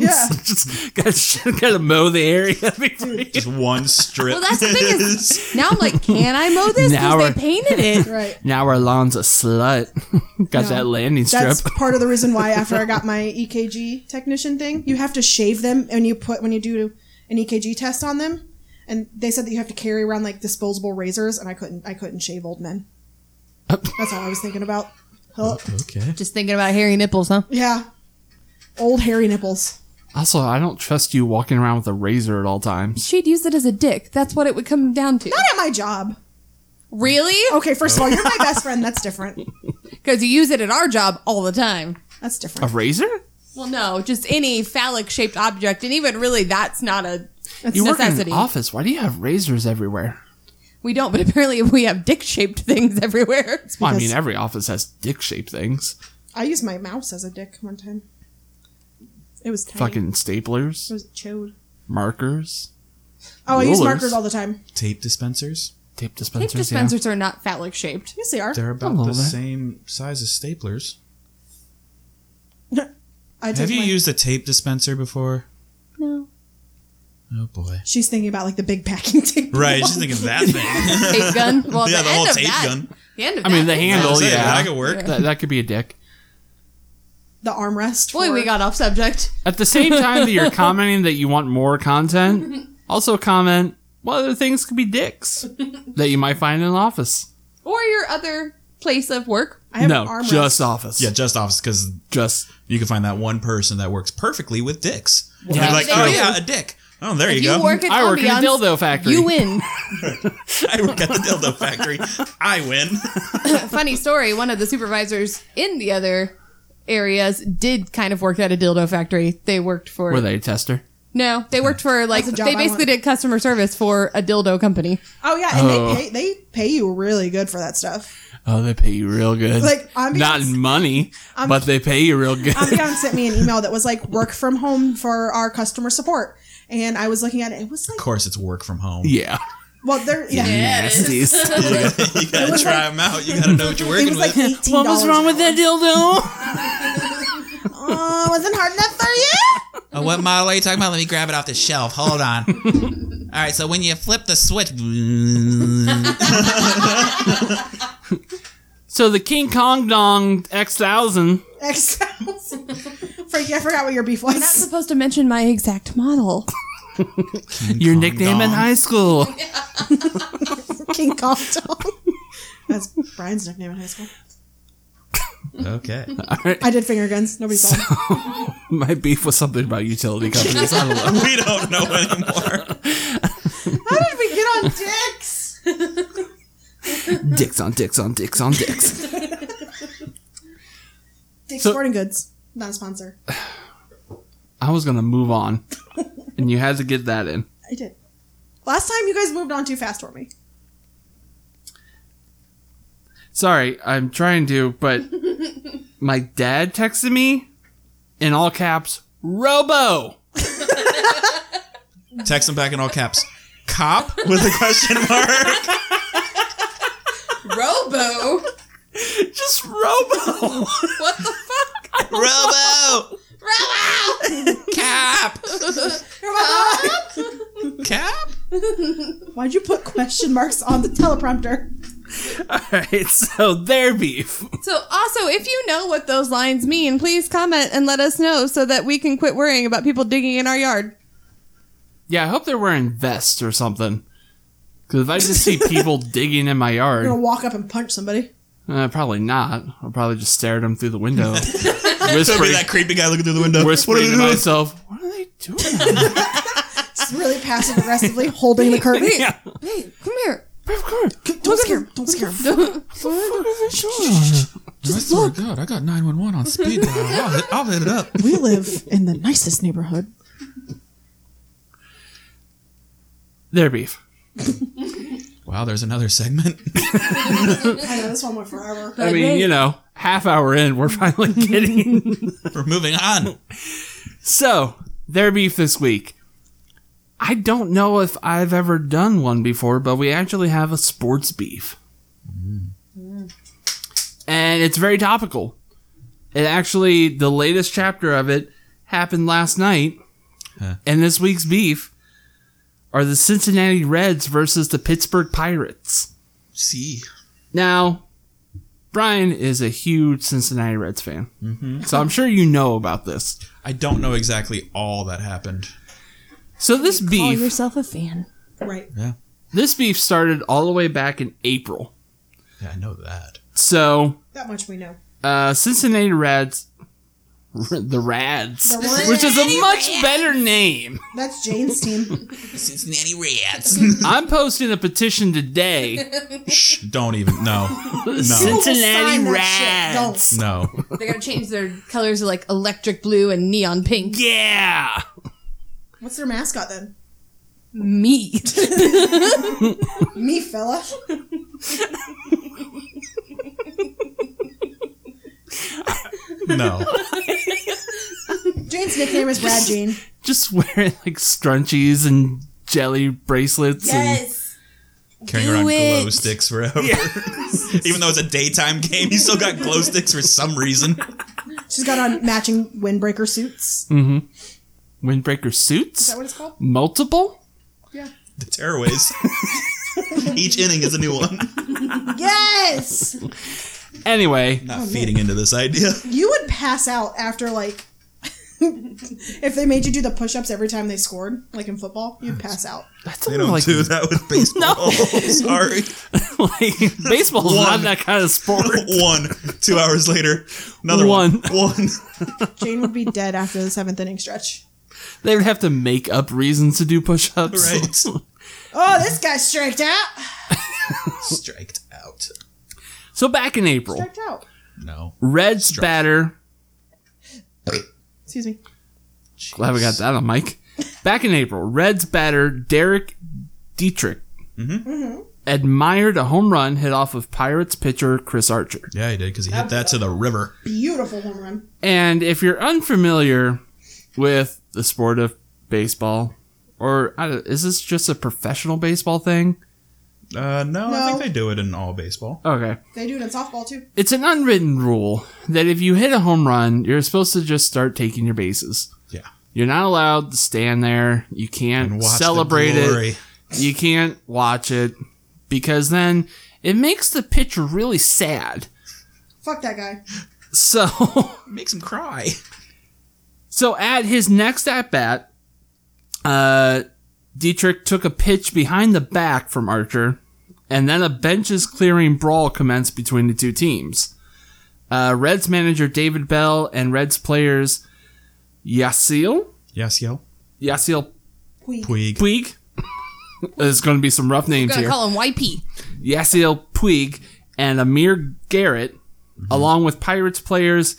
C: Yeah.
A: Just gotta, gotta mow the area. before you-
B: Just one strip.
D: Well, that's the thing is now I'm like, can I mow this?
A: Now we're-
D: Because they painted it.
C: Right.
A: now our lawn's a slut. Got that landing strip.
C: That's part of the reason why after I got my EKG technician thing, you have to shave them and you put when you do an EKG test on them. And they said that you have to carry around like disposable razors, and I couldn't. I couldn't shave old men. That's all I was thinking about. Oh,
B: okay.
D: Just thinking about hairy nipples, huh?
C: yeah, old hairy nipples.
A: Also, I don't trust you walking around with a razor at all times.
D: She'd use it as a dick. That's what it would come down to.
C: Not at my job.
D: Really?
C: Okay, first of all, you're my best friend. That's different.
D: Because you use it at our job all the time.
C: That's
A: A
C: different.
A: razor?
D: Well, no, just any phallic shaped object. And even really, that's not a
A: You work in an
D: necessity.
A: office. Why do you have razors everywhere?
D: We don't, but apparently we have dick shaped things everywhere.
A: Well, I mean,
C: Because-
A: every office has dick-shaped things.
C: I used my mouse as a dick one time. It was tiny.
A: Fucking
C: It
A: staplers,
C: was chode.
A: markers,
C: Oh, I use
A: Rulers.
C: markers all the time.
B: Tape dispensers?
A: tape
D: Dick
A: dispensers.
D: dispensers are not phallic shaped.
C: Yes, they are.
B: They're
A: A
B: about
A: little
B: the
A: bit.
B: same size as staplers.
C: I took
B: Have you
C: my-
B: used a tape dispenser before?
D: No.
B: Oh boy.
C: She's thinking about like the big packing tape.
B: Right, just think of that thing.
D: Tape gun. Well,
B: yeah,
D: the,
B: the
D: end
B: whole
D: of
B: tape
D: that,
B: gun.
D: The end of
A: I mean,
D: that
A: the
D: is-
A: handle,
B: Yeah,
A: yeah.
B: that could work.
A: That, that could be a dick.
C: The armrest.
D: Boy,
C: for-
D: we got off subject.
A: At the same time that you're commenting that you want more content, also comment what other things could be dicks that you might find in an office.
D: Or your other place of work.
C: I have
A: no,
C: an armrest.
A: just office.
B: Yeah, just office because
A: just
B: you can find that one person that works perfectly with dicks. And
A: Yeah,
B: they're like,
A: that's
B: oh
A: true.
B: yeah, a dick. Oh, there
D: If
B: you
D: you
B: go.
D: work at
A: I work in a
D: Ambiance,
A: dildo factory.
D: You win.
B: I work at the dildo factory. I win.
D: Funny story. One of the supervisors in the other areas did kind of work at a dildo factory. They worked for
A: Were they a tester?
D: no, they worked for like
C: That's a job
D: they
C: I
D: basically
C: want.
D: did customer service for a dildo company.
C: Oh yeah, and
A: Oh.
C: they pay they pay you really good for that stuff.
A: Oh, they pay you real good.
C: Like, ambiance-
A: not in money, but they pay you real good.
C: Ambion sent me an email that was like work from home for our customer support, and I was looking at it. It was like,
B: Of course, it's work from home.
A: yeah,
C: well, there, yeah,
A: nasties.
B: you gotta try them out. You gotta know what you're
C: it
B: working
C: was like
B: with.
C: eighteen.
A: what was wrong with that dildo?
C: Oh, wasn't hard enough for you.
B: Oh, what model are you talking about? Let me grab it off the shelf. Hold on. All right, so when you flip the switch,
A: so the King Kong dong X thousand.
C: Excels. Freaky, I forgot what your beef
D: Not
C: was.
D: supposed to mention my exact model.
A: Your nickname in
B: dong.
A: high school.
C: King Kong Dong. That's Brian's nickname in high school.
B: okay.
C: I did finger guns. Nobody saw. it.
A: My beef was something about utility companies. I don't know.
B: we don't know anymore.
C: How did we get on dicks?
A: dicks on dicks on dicks on dicks.
C: Dick
A: So-
C: Sporting Goods, not a sponsor.
A: I was gonna move on, and you had to get that in.
C: I did. Last time you guys moved on too fast for me.
A: Sorry, I'm trying to, but my dad texted me in all caps, Robo.
B: Text them back in all caps. Cop with a question mark.
D: Robo.
A: Just Robo.
D: What the fuck?
B: Robo.
D: Robo.
B: Cap. Cap.
C: Why'd you put question marks on the teleprompter?
A: all right, so their beef.
D: So also, if you know what those lines mean, please comment and let us know so that we can quit worrying about people digging in our yard.
A: Yeah, I hope they're wearing vests or something. Because if I just see people digging in my
C: You're gonna
A: yard,
C: walk up and punch somebody.
A: uh, probably not. I'll probably just stare at them through the window,
B: Could be
A: whispering,
B: that creepy guy looking through the window.
A: whispering to myself, "What are they doing?"
C: It's really passive aggressively holding the curtain.
A: yeah,
D: Hey, come here.
C: Don't scare him. Don't scare him.
B: Just look. God, I got 911 on speed dial. I'll hit, I'll hit it up.
C: We live in the nicest neighborhood.
A: their beef.
B: Wow, there's another segment.
C: I know this one went forever.
A: I mean, you know, half hour in, we're finally getting.
B: We're moving on.
A: so, their beef this week. I don't know if I've ever done one before, but we actually have a sports beef. And it's very topical. It actually, the latest chapter of it happened last night.
B: Huh.
A: And this week's beef are the Cincinnati Reds versus the Pittsburgh Pirates.
B: See.
A: Now, Brian is a huge Cincinnati Reds fan, so I'm sure you know about this.
B: I don't know exactly all that happened.
A: So this beef,
D: yourself a fan.
C: Right.
A: this beef started all the way back in April.
B: Yeah, I know that.
A: So
C: That much we know.
A: uh, Cincinnati Reds, r- the Rads,
C: The Rads.
A: which is a much better name.
C: That's Jane's team.
B: Cincinnati Reds.
A: I'm posting a petition today.
B: Shh, don't even. No. No.
A: Cincinnati
C: Sign that shit.
A: Reds.
B: No.
D: They're gonna change their colors to like electric blue and neon pink.
A: Yeah.
C: What's their mascot then?
D: Me.
C: Me, fella.
B: No.
C: Jane's nickname is Brad Jane.
A: Just wearing like scrunchies and jelly bracelets and
B: Carrying around glow sticks forever. even though it's a daytime game, you still got glow sticks for some reason.
C: She's got on matching windbreaker suits. Is
A: Windbreaker suits?
C: that what it's called?
A: Multiple?
B: The tearaways. Each inning is a new one.
C: Yes!
A: Anyway,
B: Not feeding into this idea.
C: You would pass out after, like, if they made you do the push ups every time they scored, like in football, you'd pass out.
A: that's
B: They
A: only
B: don't
A: like,
B: do that with baseball. Sorry.
A: like baseball's not
B: One.
A: that kind of sport.
B: one. Two hours later, another
A: One.
B: one. One.
C: Jane would be dead after the seventh inning stretch.
A: They would have to make up reasons to do push-ups.
B: Right.
C: Oh, this guy striked out.
B: Striked out.
A: So back in April,
C: Striked out.
B: No.
A: Reds
B: Struck.
A: batter.
C: Excuse me.
A: Glad we got that on mic. Back in April, Reds batter Derek Dietrich
B: Mm-hmm.
A: admired a home run hit off of Pirates pitcher Chris Archer.
B: Yeah, he did because he hit that to the river.
C: Beautiful home run.
A: And if you're unfamiliar with the sport of baseball, or I don't- is this just a professional baseball thing?
B: Uh, no, I
C: No.
B: think they do it in all baseball.
A: Okay.
C: They do it in softball, too.
A: It's an unwritten rule that if you hit a home run, you're supposed to just start taking your bases.
B: Yeah.
A: You're not allowed to stand there. You can't
B: And watch the
A: celebrate it.
B: glory.
A: You can't watch it because then it makes the pitcher really sad.
C: Fuck that guy.
A: So
B: Makes him cry.
A: So at his next at bat, uh, Dietrich took a pitch behind the back from Archer, and then a benches clearing brawl commenced between the two teams. Uh, Reds manager David Bell and Reds players Yasiel
B: Yes, yo.
A: Yasiel
C: Puig.
B: Puig.
A: Puig. There's going to be some rough names
D: Gonna
A: here.
D: call him YP.
A: Yasiel Puig and Amir Garrett, along with Pirates players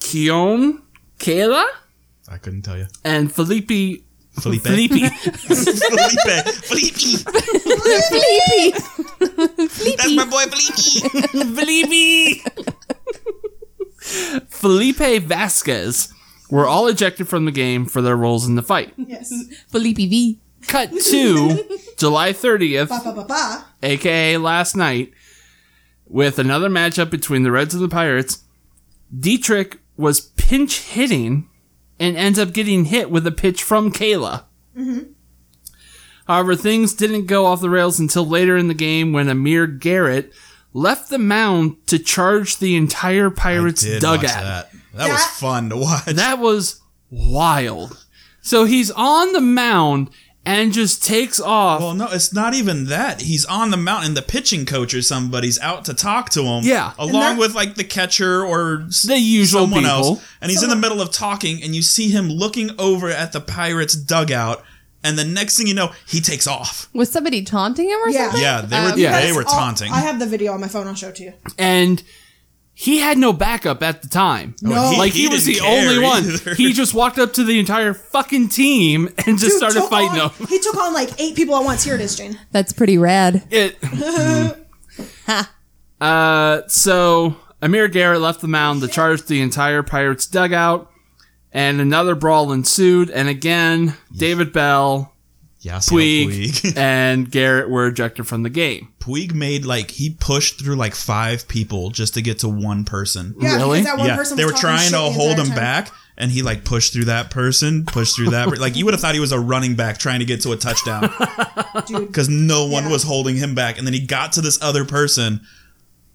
A: Keon Kayla
B: I couldn't tell you.
A: and Felipe
B: Felipe.
A: Felipe.
B: Felipe. Felipe. That's my boy Felipe.
A: Felipe. Felipe Vasquez were all ejected from the game for their roles in the fight.
C: Yes.
D: Felipe V.
A: Cut to July 30th,
C: Ba ba ba ba.
A: aka last night, with another matchup between the Reds and the Pirates. Dietrich was pinch hitting and ends up getting hit with a pitch from Kayla. However, things didn't go off the rails until later in the game when Amir Garrett left the mound to charge the entire Pirates
B: Did watch
A: dugout.
B: that. That was fun to watch.
A: That was wild. So he's on the mound and just takes off.
B: Well, no, it's not even that. He's on the mountain. The pitching coach or somebody's out to talk to him.
A: Yeah. And
B: along
C: that-
B: with like the catcher or s-
A: the usual
B: someone
A: people.
B: else. And he's in the middle of talking, and you see him looking over at the Pirates dugout, and the next thing you know, he takes off.
D: Was somebody taunting him or
C: Yeah.
D: something?
B: Yeah, they were
D: Um, Yeah.
B: they were
C: I'll-
B: taunting.
C: I have the video on my phone. I'll show it to you.
A: and he had no backup at the time.
C: No.
A: like he, was the
B: didn't care
A: only one.
B: either.
A: He just walked up to the entire fucking team and just
C: Dude
A: started
C: took
A: fighting
C: on-
A: them.
C: He took on like eight people at once. Here it is, Jane.
D: That's pretty rad.
A: It. uh, so Amir Garrett left the mound to charge the entire Pirates dugout, and another brawl ensued. And again, David Bell
B: yeah,
A: Puig.
B: Puig.
A: and Garrett were ejected from the game.
B: Puig made like he pushed through like five people just to get to one person.
C: Yeah,
A: Really?
C: because that one
B: yeah,
C: person
B: they
C: was
B: were trying
C: talking shit
B: to
C: the
B: hold
C: entire
B: him
C: time.
B: back, and he like pushed through that person, pushed through that. per- like you would have thought he was a running back trying to get to a touchdown, because no one was holding him back. And then he got to this other person,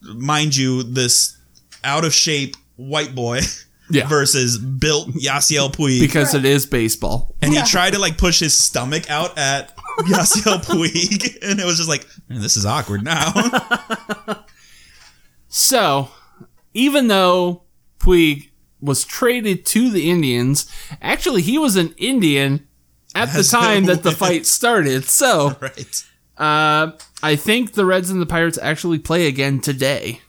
B: mind you, this out of shape white boy
A: Yeah,
B: versus built Yasiel Puig,
A: because it is baseball.
B: and
C: Yeah.
B: he tried to like push his stomach out at Yasiel Puig, and it was just like "Man, this is awkward now.
A: So, even though Puig was traded to the Indians, actually he was an Indian at the
B: That's
A: time
B: no
A: that the
B: way.
A: fight started. So,
B: right.
A: uh, I think the Reds and the Pirates actually play again today.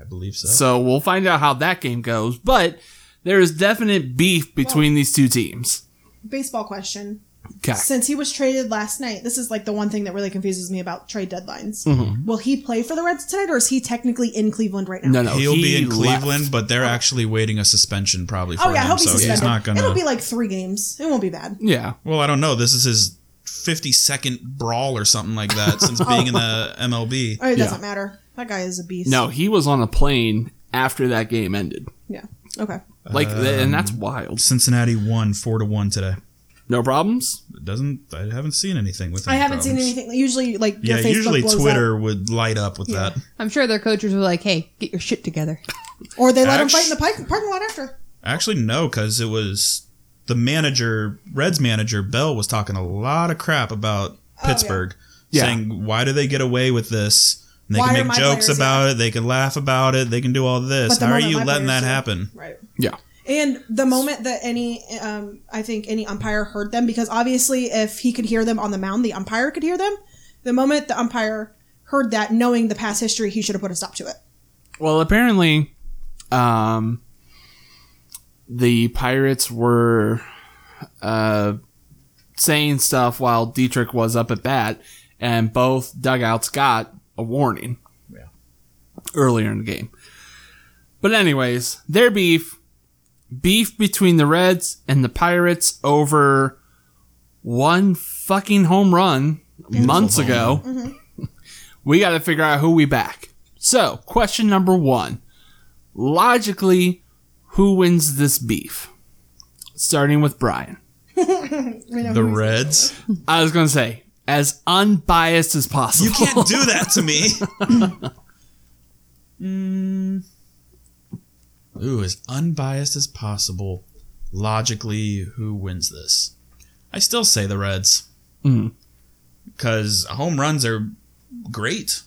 B: I believe so.
A: So we'll find out how that game goes. But there is definite beef between these two teams.
C: Baseball question.
A: Okay.
C: Since he was traded last night, this is like the one thing that really confuses me about trade deadlines.
B: Mm-hmm.
C: Will he play for the Reds tonight, or is he technically in Cleveland right now?
A: No, no,
B: He'll
A: he
B: be in
A: left.
B: Cleveland, but they're actually waiting a suspension probably for
C: Oh yeah,
B: him.
C: he'll be
B: so
C: suspended.
B: he's not gonna.
C: It'll be like three games. It won't be bad.
A: Yeah.
B: well, I don't know. This is his 52nd brawl or something like that since being in the MLB.
C: Oh, It
A: Yeah.
C: doesn't matter. That guy is a beast.
A: No, he was on a plane after that game ended.
C: Yeah. Okay.
A: Like,
B: Um,
A: th- and that's wild.
B: Cincinnati won four to one today.
A: No problems.
B: It doesn't I haven't seen anything with.
C: I
B: any
C: haven't seen
B: problems.
C: anything. Usually, like
B: Yeah,
C: your Facebook
B: usually
C: blows
B: Twitter would light up with
C: Yeah.
B: that.
D: I'm sure their coaches were like, "Hey, get your shit together."
C: up, or they let them
B: Actu-
C: fight in the pi- parking lot after.
B: Actually, no, because it was the manager, Reds manager Bell, was talking a lot of crap
C: Oh,
B: about Pittsburgh,
A: Yeah.
B: saying why do they get away with this? And they
C: Why are
B: can
C: my
B: make jokes
C: players-
B: about it. They can laugh about it. They can do all this.
C: But the
B: How are
C: moment
B: you
C: my
B: letting that
C: players do it.
B: happen?
C: Right.
A: Yeah.
C: And the moment that any, um, I think any umpire heard them, because obviously if he could hear them on the mound, the umpire could hear them. The moment the umpire heard that, knowing the past history, he should have put a stop to it.
A: Well, apparently, um, the pirates were uh, saying stuff while Dietrich was up at bat, and both dugouts got a warning earlier in the game. But, anyways, their beef, beef between the Reds and the Pirates over one fucking home run months ago. We got to figure out who we back. So, question number one. Logically, who wins this beef? Starting with Brian.
B: The Reds.
A: I was going to say, as unbiased as possible.
B: You can't do that to me. Mm. Ooh, as unbiased as possible. Logically, who wins this? I still say the Reds.
A: Mhm.
B: Because home runs are great.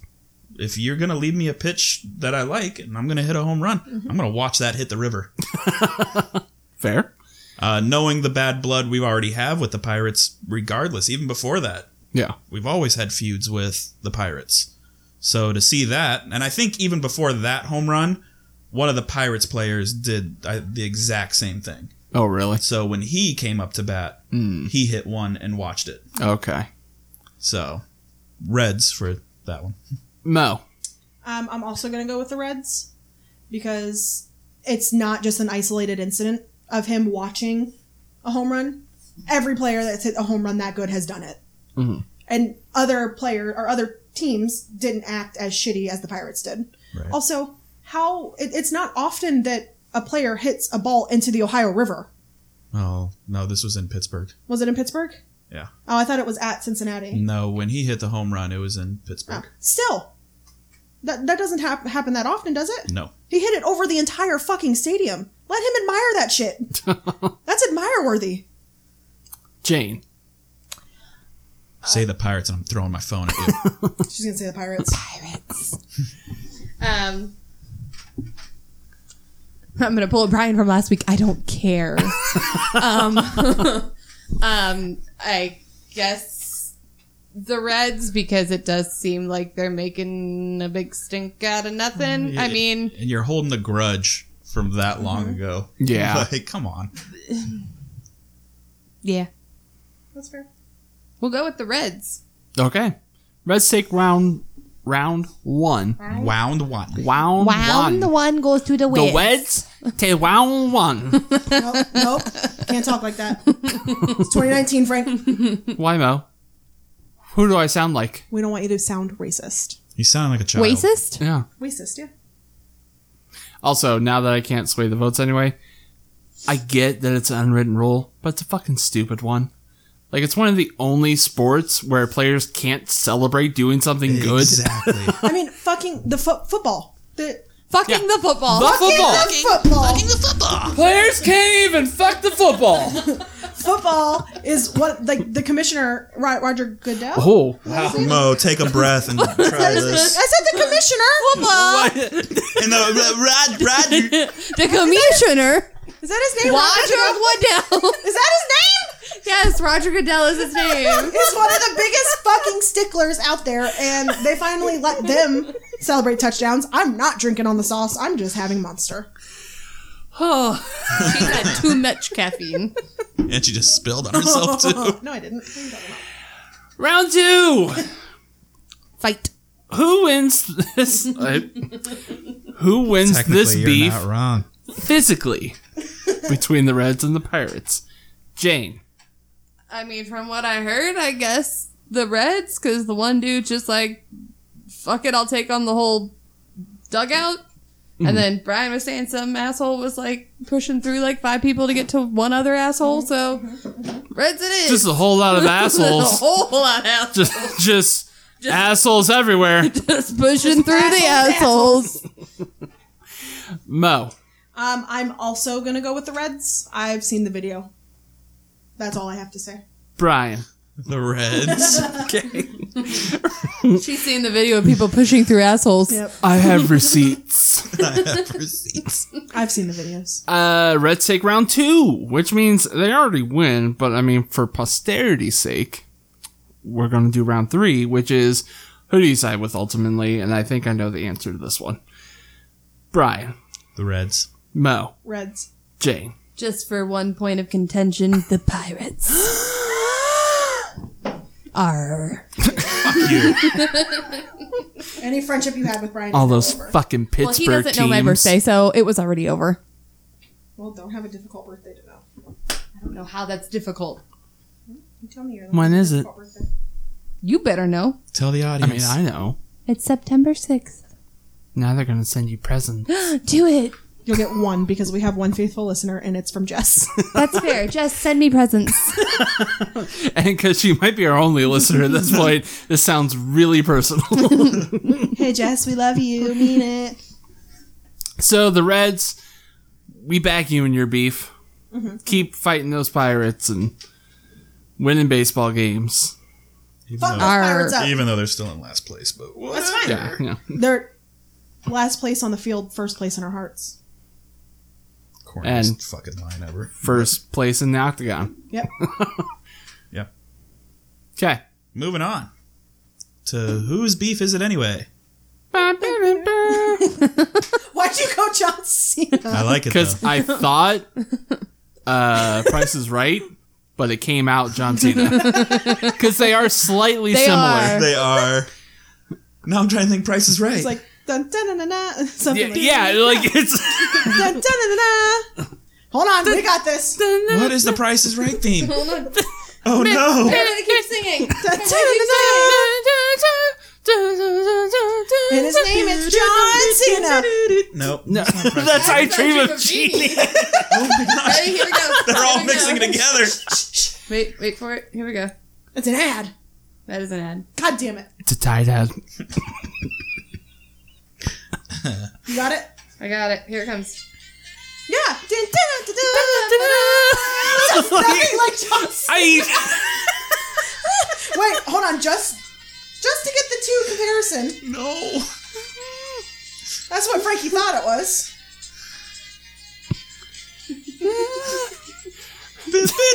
B: If you're going to leave me a pitch that I like and I'm going to hit a home run, I'm going to watch that hit the river.
A: Fair.
B: Uh, knowing the bad blood we already have with the Pirates, regardless, even before that,
A: Yeah.
B: we've always had feuds with the Pirates. So to see that, and I think even before that home run, one of the Pirates players did uh, the exact same thing.
A: Oh, really?
B: So when he came up to bat, he hit one and watched it.
A: Okay.
B: So Reds for that one.
A: Mo.
C: Um, I'm also going to go with the Reds because it's not just an isolated incident of him watching a home run. Every player that's hit a home run that good has done it.
B: Mm-hmm.
C: And other player or other teams didn't act as shitty as the Pirates did.
B: Right.
C: Also, how it, it's not often that a player hits a ball into the Ohio River.
B: Oh no, this was in Pittsburgh.
C: Was it in Pittsburgh?
B: Yeah. Mm.
C: Oh, I thought it was at Cincinnati.
B: No, when he hit the home run, it was in
C: Oh,
B: Pittsburgh.
C: still, that that doesn't hap- happen that often, does it?
B: No,
C: He hit it over the entire fucking stadium. Let him admire that shit. That's admire worthy.
A: Jane.
B: say the Pirates, and I'm throwing my phone at you.
C: She's gonna say the pirates.
D: Um, I'm gonna pull a Brian from last week. I don't care. um, um, I guess the Reds because it does seem like they're making a big stink out of nothing. I mean,
B: and you're holding a grudge from that long ago.
A: Yeah.
B: like come on.
D: yeah,
C: That's fair.
D: we'll go with the Reds.
A: Okay. Reds take round round one.
B: Wound one.
A: Wound, one.
D: one goes to the
A: the Reds take round one.
C: Nope, nope. Can't talk like that. It's 2019, Frank.
A: Why, Mo? Who do I sound like?
C: We don't want you to sound racist.
B: You sound like a child.
D: Racist?
A: Yeah.
C: Racist, yeah.
A: Also, now that I can't sway the votes anyway, I get that it's an unwritten rule, but it's a fucking stupid one. Like, it's one of the only sports where players can't celebrate doing something good.
B: Exactly.
C: I mean, fucking the fo- football. The
D: Fucking the football.
A: The football!
C: football.
A: Players can't even fuck the football!
C: football is what like the commissioner Ro- Roger Goodell.
A: Oh.
B: Mo, take a breath and try this.
C: I said the commissioner. Football.
B: And uh, the Rod, Rod,
D: the commissioner,
C: Is that his name? Goodell?
D: Roger Goodell.
C: Is that his name?
D: yes, Roger Goodell is his name.
C: is one of the biggest fucking sticklers out there, and they finally let them celebrate touchdowns. I'm not drinking on the sauce. I'm just having Monster.
D: Oh, she had too much caffeine.
B: and she just spilled on herself too.
C: No, I didn't.
A: Round two!
D: Fight.
A: Who wins this? I- who wins this beef
B: wrong.
A: physically between the Reds and the Pirates? Jane.
D: I mean, from what I heard, I guess the Reds, because the one dude just like, fuck it, I'll take on the whole dugout.
A: Mm-hmm.
D: And then Brian was saying some asshole was like pushing through like five people to get to one other asshole. So Reds it is.
A: Just a whole lot of
D: a
A: assholes.
D: whole lot of assholes.
A: just, just assholes everywhere.
D: Just pushing through the
C: assholes,
D: assholes.
A: Mo.
C: Um, I'm also gonna go with the Reds. I've seen the video. That's all I have to say.
A: Brian.
B: The Reds.
A: Okay.
D: She's seen the video of people pushing through assholes.
C: Yep,
A: I have receipts.
B: Receipts.
C: I've seen the videos.
A: Uh, Reds take round two, which means they already win, but I mean, for posterity's sake, we're going to do round three, which is who do you side with ultimately? And I think I know the answer to this one. Brian,
B: the Reds.
A: Mo,
C: Reds.
A: Jane.
D: Just for one point of contention, the pirates are.
C: Any friendship you had with Brian?
A: All
C: is
A: those
C: over.
A: fucking Pittsburgh
D: Well, he doesn't
A: teams.
D: know my birthday, so it was already over.
C: well, don't have a difficult birthday to know.
G: I don't know how that's difficult.
C: You tell me your
A: When is it?
C: difficult birthday.
D: You better know.
B: Tell the
A: I mean,
B: audience.
A: I know.
D: It's September 6th.
A: Now they're going to send you presents.
D: Do it.
C: You'll get one because we have one faithful listener, and it's from Jess.
D: That's fair. Just send me presents.
A: and because she might be our only listener at this point, this sounds really personal.
C: hey, Jess, we love you. Mean it.
A: So the Reds, we back you in your beef. Keep fighting those pirates and winning baseball games.
B: even,
C: Fuck those
B: though,
D: Our-
C: pirates up.
B: even though they're still in last place, but what?
C: That's fine.
A: Yeah, yeah.
C: They're last place on the field, first place in our hearts.
B: Corniest
A: And-
B: fucking line ever.
A: First place in the octagon.
C: Yep.
B: Yep.
A: Okay.
B: Moving on to whose beef is it anyway?
C: Why'd you go, John Cena?
B: I
A: Uh,
B: like it though.
A: Because I thought uh, Price is Right, but it came out John Cena. Because they are slightly
D: They
A: similar.
D: are.
B: They are. Now I'm trying to think. Price is right.
C: It's like dun dun dun dun dun.
A: Yeah,
C: Something like
A: yeah, like it's.
C: dun dun dun dun. dun. Hold on, we got this. Dun,
B: what is the Price is right theme?
D: Hold on.
B: Oh no!
D: Keep singing.
C: dun, dun, dun, dun. And his name is John Cena.
B: Nope.
A: No, that's I dream of genie.
B: Oh my god!
D: Ready? Here we go.
B: They're all
D: Here we go.
B: mixing together.
D: Wait, wait for it. Here we go.
C: It's an ad.
D: That is an ad.
C: God damn it.
A: It's a tie dad.
C: You got it?
D: I got it. Here it comes.
C: Yeah. Dun, dun, dun, dun, dun, dun. Sounds nothing like John Cena.
A: I
C: Wait, hold on, just just to get the two comparison.
B: No.
C: That's what Frankie thought it was.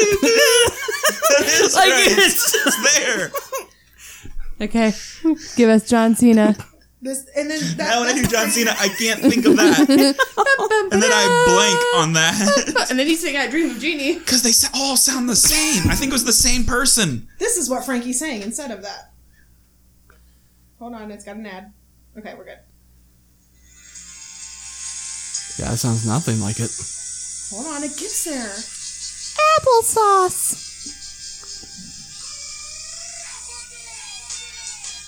B: that is
A: like
B: right. It's
A: it's.
B: there.
D: Okay. Give us John Cena.
C: This and then that,
B: Now when I
C: that's
B: do
C: the
B: John
C: Frankie-
B: Cena, I can't think of that, and then I blank on that
D: And then he sang I Dream of Genie.
B: because they s- all sound the same. I think it was the same person.
C: This is what Frankie's saying instead of that. Hold on, it's got an ad. Okay, we're good.
A: Yeah, it sounds nothing like it.
C: Hold on, it gets there.
D: Applesauce.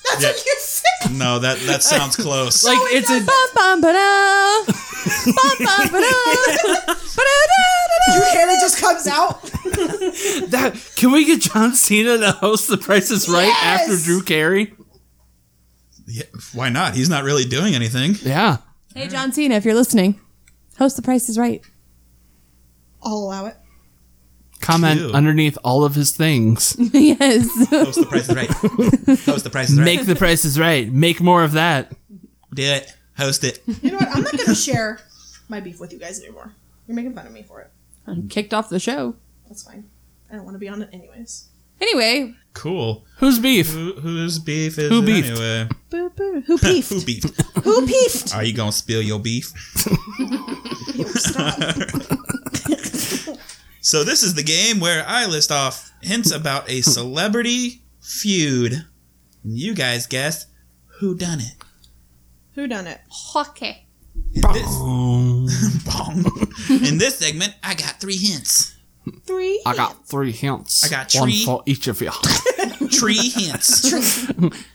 C: That's
B: Yeah.
C: what you said.
B: No, that that sounds close.
A: Like it's a
D: Bum bum ba-da. Bum bum ba-da. Ba-da-da-da-da.
C: Your hair just comes out.
A: that. Can we get John Cena to host The Price Is Right
C: Yes!
A: after Drew Carey?
B: Yeah, why not? He's not really doing anything.
A: Yeah,
D: Hey, John Cena, if you're listening, host The Price is Right.
C: I'll allow it.
A: comment
B: Cute.
A: underneath all of his things.
D: yes.
B: Post the price is right. Post the price is right.
A: Make The Price Is Right. Make more of that.
B: do it. Host it.
C: You know what? I'm not gonna share my beef with you guys anymore. You're making fun of me for it.
D: I'm kicked off the show.
C: That's fine. I don't want to be on it anyways.
D: Anyway,
B: Cool.
A: Who's beef?
B: Who, whose beef is
A: Who
B: it
A: beefed?
B: anyway?
C: Boo boo. Who peefed?
B: Who beef?
C: Who peefed?
B: Are you gonna spill your beef? so this is the game where I list off hints about a celebrity feud, and you guys guess who done it.
C: Who done it?
D: hockey.
B: In this,
A: Um,
B: Bong. in this segment, I got three hints.
C: Three.
A: I got three hints.
B: I got
A: one
B: tree.
A: for each of you.
B: Tree hints.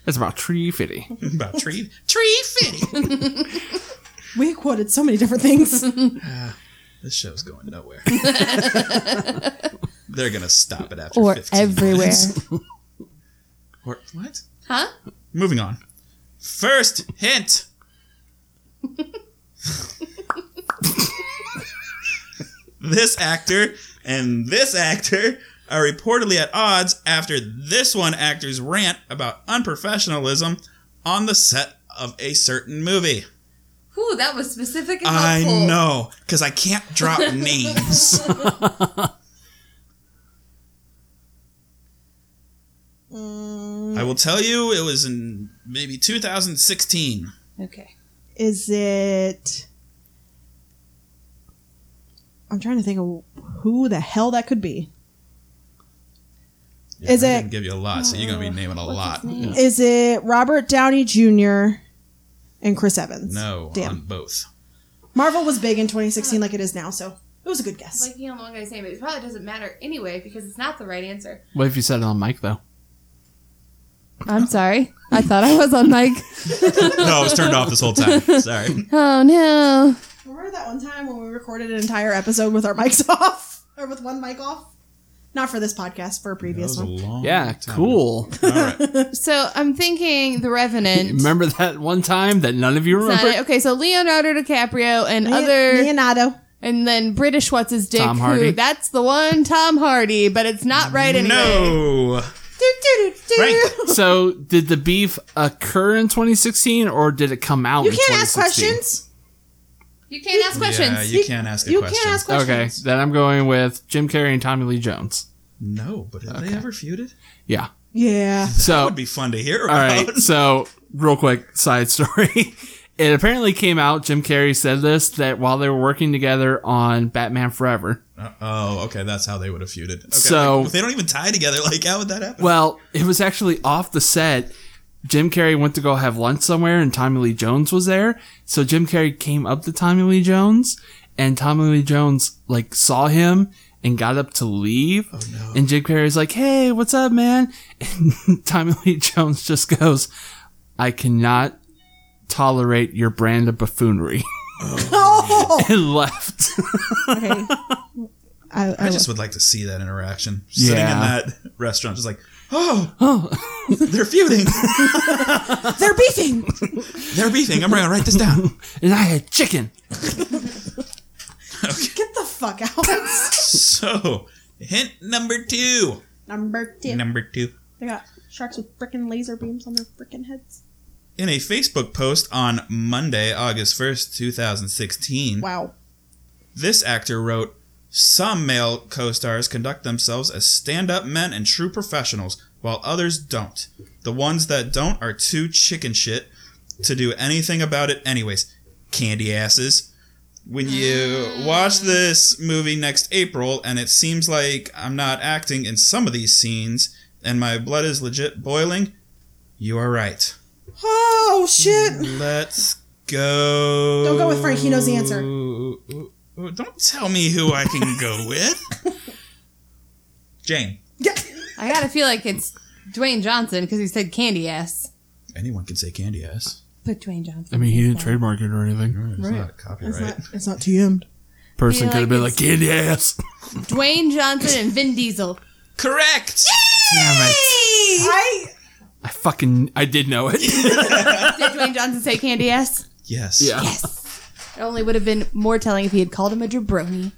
A: It's about tree fitty.
B: about tree tree fitty.
C: We quoted so many different things.
B: This show's going nowhere. They're gonna stop it after
F: Or
B: 15
F: everywhere.
B: minutes. Or what?
D: Huh?
B: Moving on. First hint. this actor and this actor are reportedly at odds after this one actor's rant about unprofessionalism on the set of a certain movie.
D: Whew, that was specific and
B: I
D: helpful.
B: know, because I can't drop names. I will tell you, it was in maybe 2016.
D: Okay.
C: Is it? I'm trying to think of who the hell that could be. Is
B: I
C: it-
B: didn't give you a lot, so you're gonna be naming a lot.
C: Is it Robert Downey Jr. and Chris Evans?
B: No,
C: Damn.
B: on both.
C: Marvel was big in 2016, like it is now, so it was a good guess.
D: Like, you know, I'm not going to say, but it probably doesn't matter anyway because it's not the right answer.
A: What if you said it on mic though?
B: Oh,
F: I'm sorry. I thought I was on mic.
B: No, it was turned off this whole time. Sorry.
F: Oh no.
C: Remember that one time when we recorded an entire episode with our mics off, or with one mic off? Not for this podcast, for a previous one.
B: long
A: Yeah,
B: time.
A: cool.
B: All right.
F: So I'm thinking The Revenant.
A: Remember that one time that none of you
F: It's not
A: remember?
F: it. Okay, so Leonardo DiCaprio and
C: Leon-
F: other
C: Leonardo.
F: and then British what's his dick
A: Tom Hardy.
F: who that's the one Tom Hardy, but it's not right anyway.
B: No. Frank.
C: Frank,
A: So, did the beef occur in 2016 or did it come out
C: you
A: in
C: can't ask
A: 2016?
C: questions.
D: You can't ask questions.
B: Yeah, you can't ask a
C: You
B: question.
C: can't ask
A: Okay,
C: questions.
A: then I'm going with Jim Carrey and Tommy Lee Jones.
B: No, but have they ever feuded?
A: Yeah.
C: Yeah.
B: That
A: So,
B: would be fun to hear
A: all
B: about.
A: right. So, real quick side story. It apparently came out, Jim Carrey said this, that while they were working together on Batman Forever.
B: Uh, oh, okay. That's how they would have feuded. Okay.
A: So-
B: If they don't even tie together. Like, how would that happen?
A: Well, it was actually off the set. Jim Carrey went to go have lunch somewhere, and Tommy Lee Jones was there. So Jim Carrey came up to Tommy Lee Jones, and Tommy Lee Jones like saw him and got up to leave. Oh, no. And Jim Carrey's like, "Hey, what's up, man?" And Tommy Lee Jones just goes, "I cannot tolerate your brand of buffoonery,"
C: Oh.
A: and left.
C: okay. I, I
B: I just would like to see that interaction.
A: Yeah.
B: Sitting in that restaurant, just like, oh, they're feuding.
C: They're beefing.
B: they're beefing. I'm going to write this down.
A: and I had chicken.
C: Get the fuck out.
B: So, hint number two.
C: Number two.
B: Number two.
C: They got sharks with frickin' laser beams on their frickin' heads.
B: In a Facebook post on Monday, August 1st, 2016,
C: Wow.
B: this actor wrote, Some male co stars conduct themselves as stand up men and true professionals, while others don't. The ones that don't are too chicken shit to do anything about it, anyways. Candy asses. When you watch this movie next April and it seems like I'm not acting in some of these scenes and my blood is legit boiling, you are right.
C: Oh shit.
B: Let's go.
C: Don't go with Frank, he knows the answer.
B: Don't tell me who I can go with. Jane.
C: Yeah.
D: I got to feel like it's Dwayne Johnson because he said candy ass.
B: Anyone can say candy ass.
D: But Dwayne Johnson.
A: I mean, he didn't trademark it or anything.
B: It's not
C: It's
B: copyright.
C: not. It's not TM'd.
A: Person
D: Feel
A: could have
D: like
A: been like
D: it's-
A: candy ass.
D: Dwayne Johnson and Vin Diesel.
B: Correct.
A: Damn it.
C: I.
A: I fucking I did know it.
D: Did Dwayne Johnson say candy ass?
B: Yes.
D: It only would have been more telling if he had called him a jabroni.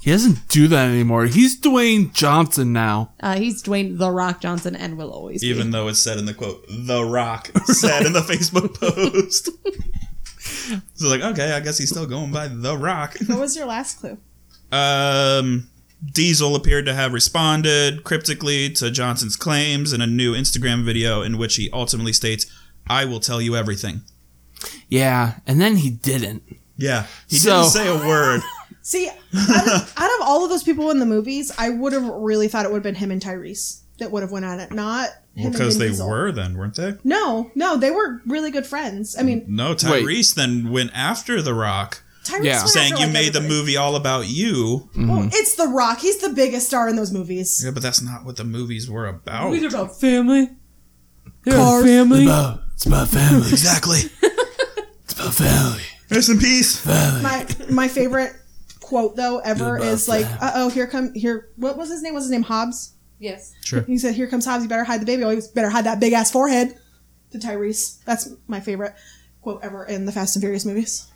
A: He doesn't do that anymore. He's Dwayne Johnson now.
D: Uh, he's Dwayne The Rock Johnson and will always be.
B: Even though it's said in the quote, "The Rock" said in the Facebook post. so like, okay, I guess he's still going by The Rock.
C: What was your last clue?
B: Um, Diesel appeared to have responded cryptically to Johnson's claims in a new Instagram video in which he ultimately states, I will tell you everything.
A: Yeah, and then he didn't.
B: Yeah. He
A: So-
B: didn't say a word.
C: See, out of, out of all of those people in the movies, I would have really thought it would have been him and Tyrese that would have went at it, not him and
B: Because
C: Vin
B: they
C: Diesel.
B: were then, weren't they?
C: No, no, they were really good friends. I mean,
B: No,
A: Wait.
B: Tyrese then went after The Rock,
C: Tyrese
A: Yeah.
C: went after,
B: saying you
C: like,
B: made the Mm.
C: everybody.
B: movie all about you.
C: Well, it's The Rock. He's the biggest star in those movies.
B: Yeah, but that's not what the movies were about.
F: about family.
C: Cars.
F: family.
A: About, it's about family.
B: Exactly.
A: It's about family.
B: Rest in peace.
C: my my favorite quote though ever is like, "Uh oh, here come here." What was his name? What's his name? Hobbs.
D: Yes.
B: Sure.
C: He said, "Here comes Hobbs. You better hide the baby. Oh, you better hide that big ass forehead." To Tyrese, that's my favorite quote ever in the Fast and Furious movies.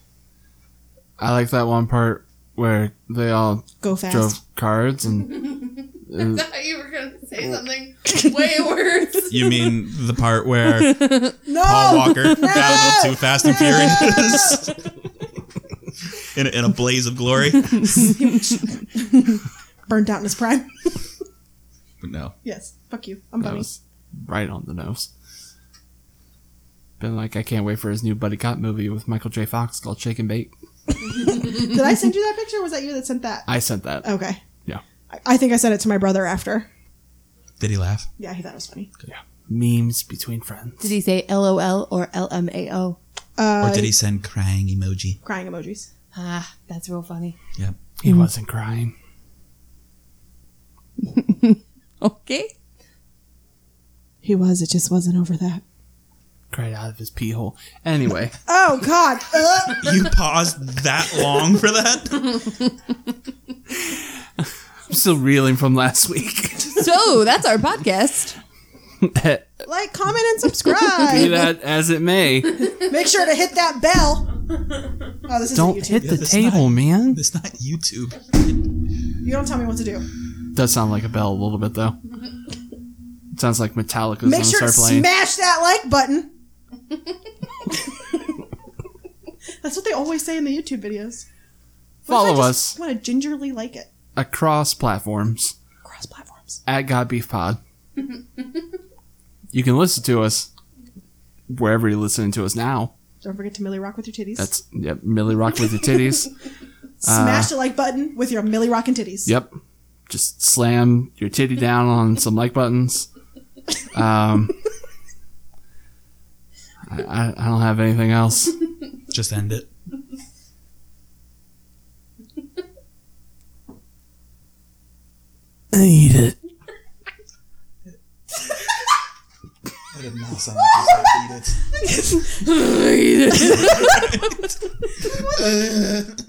A: I like that one part where they all
C: Go fast.
A: drove cards and
D: I thought you were going to say something way worse.
B: You mean the part where
C: No.
B: Paul Walker got a little too fast and furious in, a, in a blaze of glory?
C: Burned out in his prime.
B: No.
C: yes. Fuck you. I'm
A: that
C: Bunny.
A: was right on the nose. Been like, I can't wait for his new buddy cop movie with Michael J. Fox called Shake and Bake.
C: Did I send you that picture? Or was that you that sent that?
A: I sent that.
C: Okay.
A: Yeah.
C: I, I think I sent it to my brother after.
B: Did he laugh?
C: Yeah, he thought it was funny.
A: Memes between friends.
D: Did he say LOL or LMAO?
C: Uh,
B: Or did he send crying emoji?
C: Crying emojis.
D: Ah, that's real funny.
A: He wasn't crying.
D: Okay.
C: He was. It just wasn't over that.
A: Cried out of his pee hole. Anyway,
C: Oh God. Ugh.
B: You paused that long for that?
A: I'm still reeling from last week.
D: So that's our podcast.
A: Be
C: like, comment, and subscribe.
A: that as it may,
C: Make sure to hit that bell. Oh, this is
A: don't
C: YouTube.
A: hit the
B: this
A: table, man.
B: It's not YouTube.
C: You don't tell me what to do.
A: Does sound like a bell a little bit though. It sounds like Metallica's
C: Make
A: gonna
C: sure to
A: start playing.
C: smash that like button. That's what they always say in the YouTube videos. What if
A: Follow
C: I
A: us
C: just Want to gingerly like it
A: across platforms
C: across platforms.
A: at God Beef Pod. you can listen to us wherever you're listening to us now.
C: Don't forget to Millie Rock with your titties.
A: That's uh, yep, Millie Rock with your titties.
C: smash the like button with your Millie Rockin' titties.
A: Yep. Just slam your titty down on some like buttons. Um, I- I, I don't have anything else.
B: Just end it.
A: Eat it.
B: That did not sound like you said eat it.
D: Read it.
B: Uh.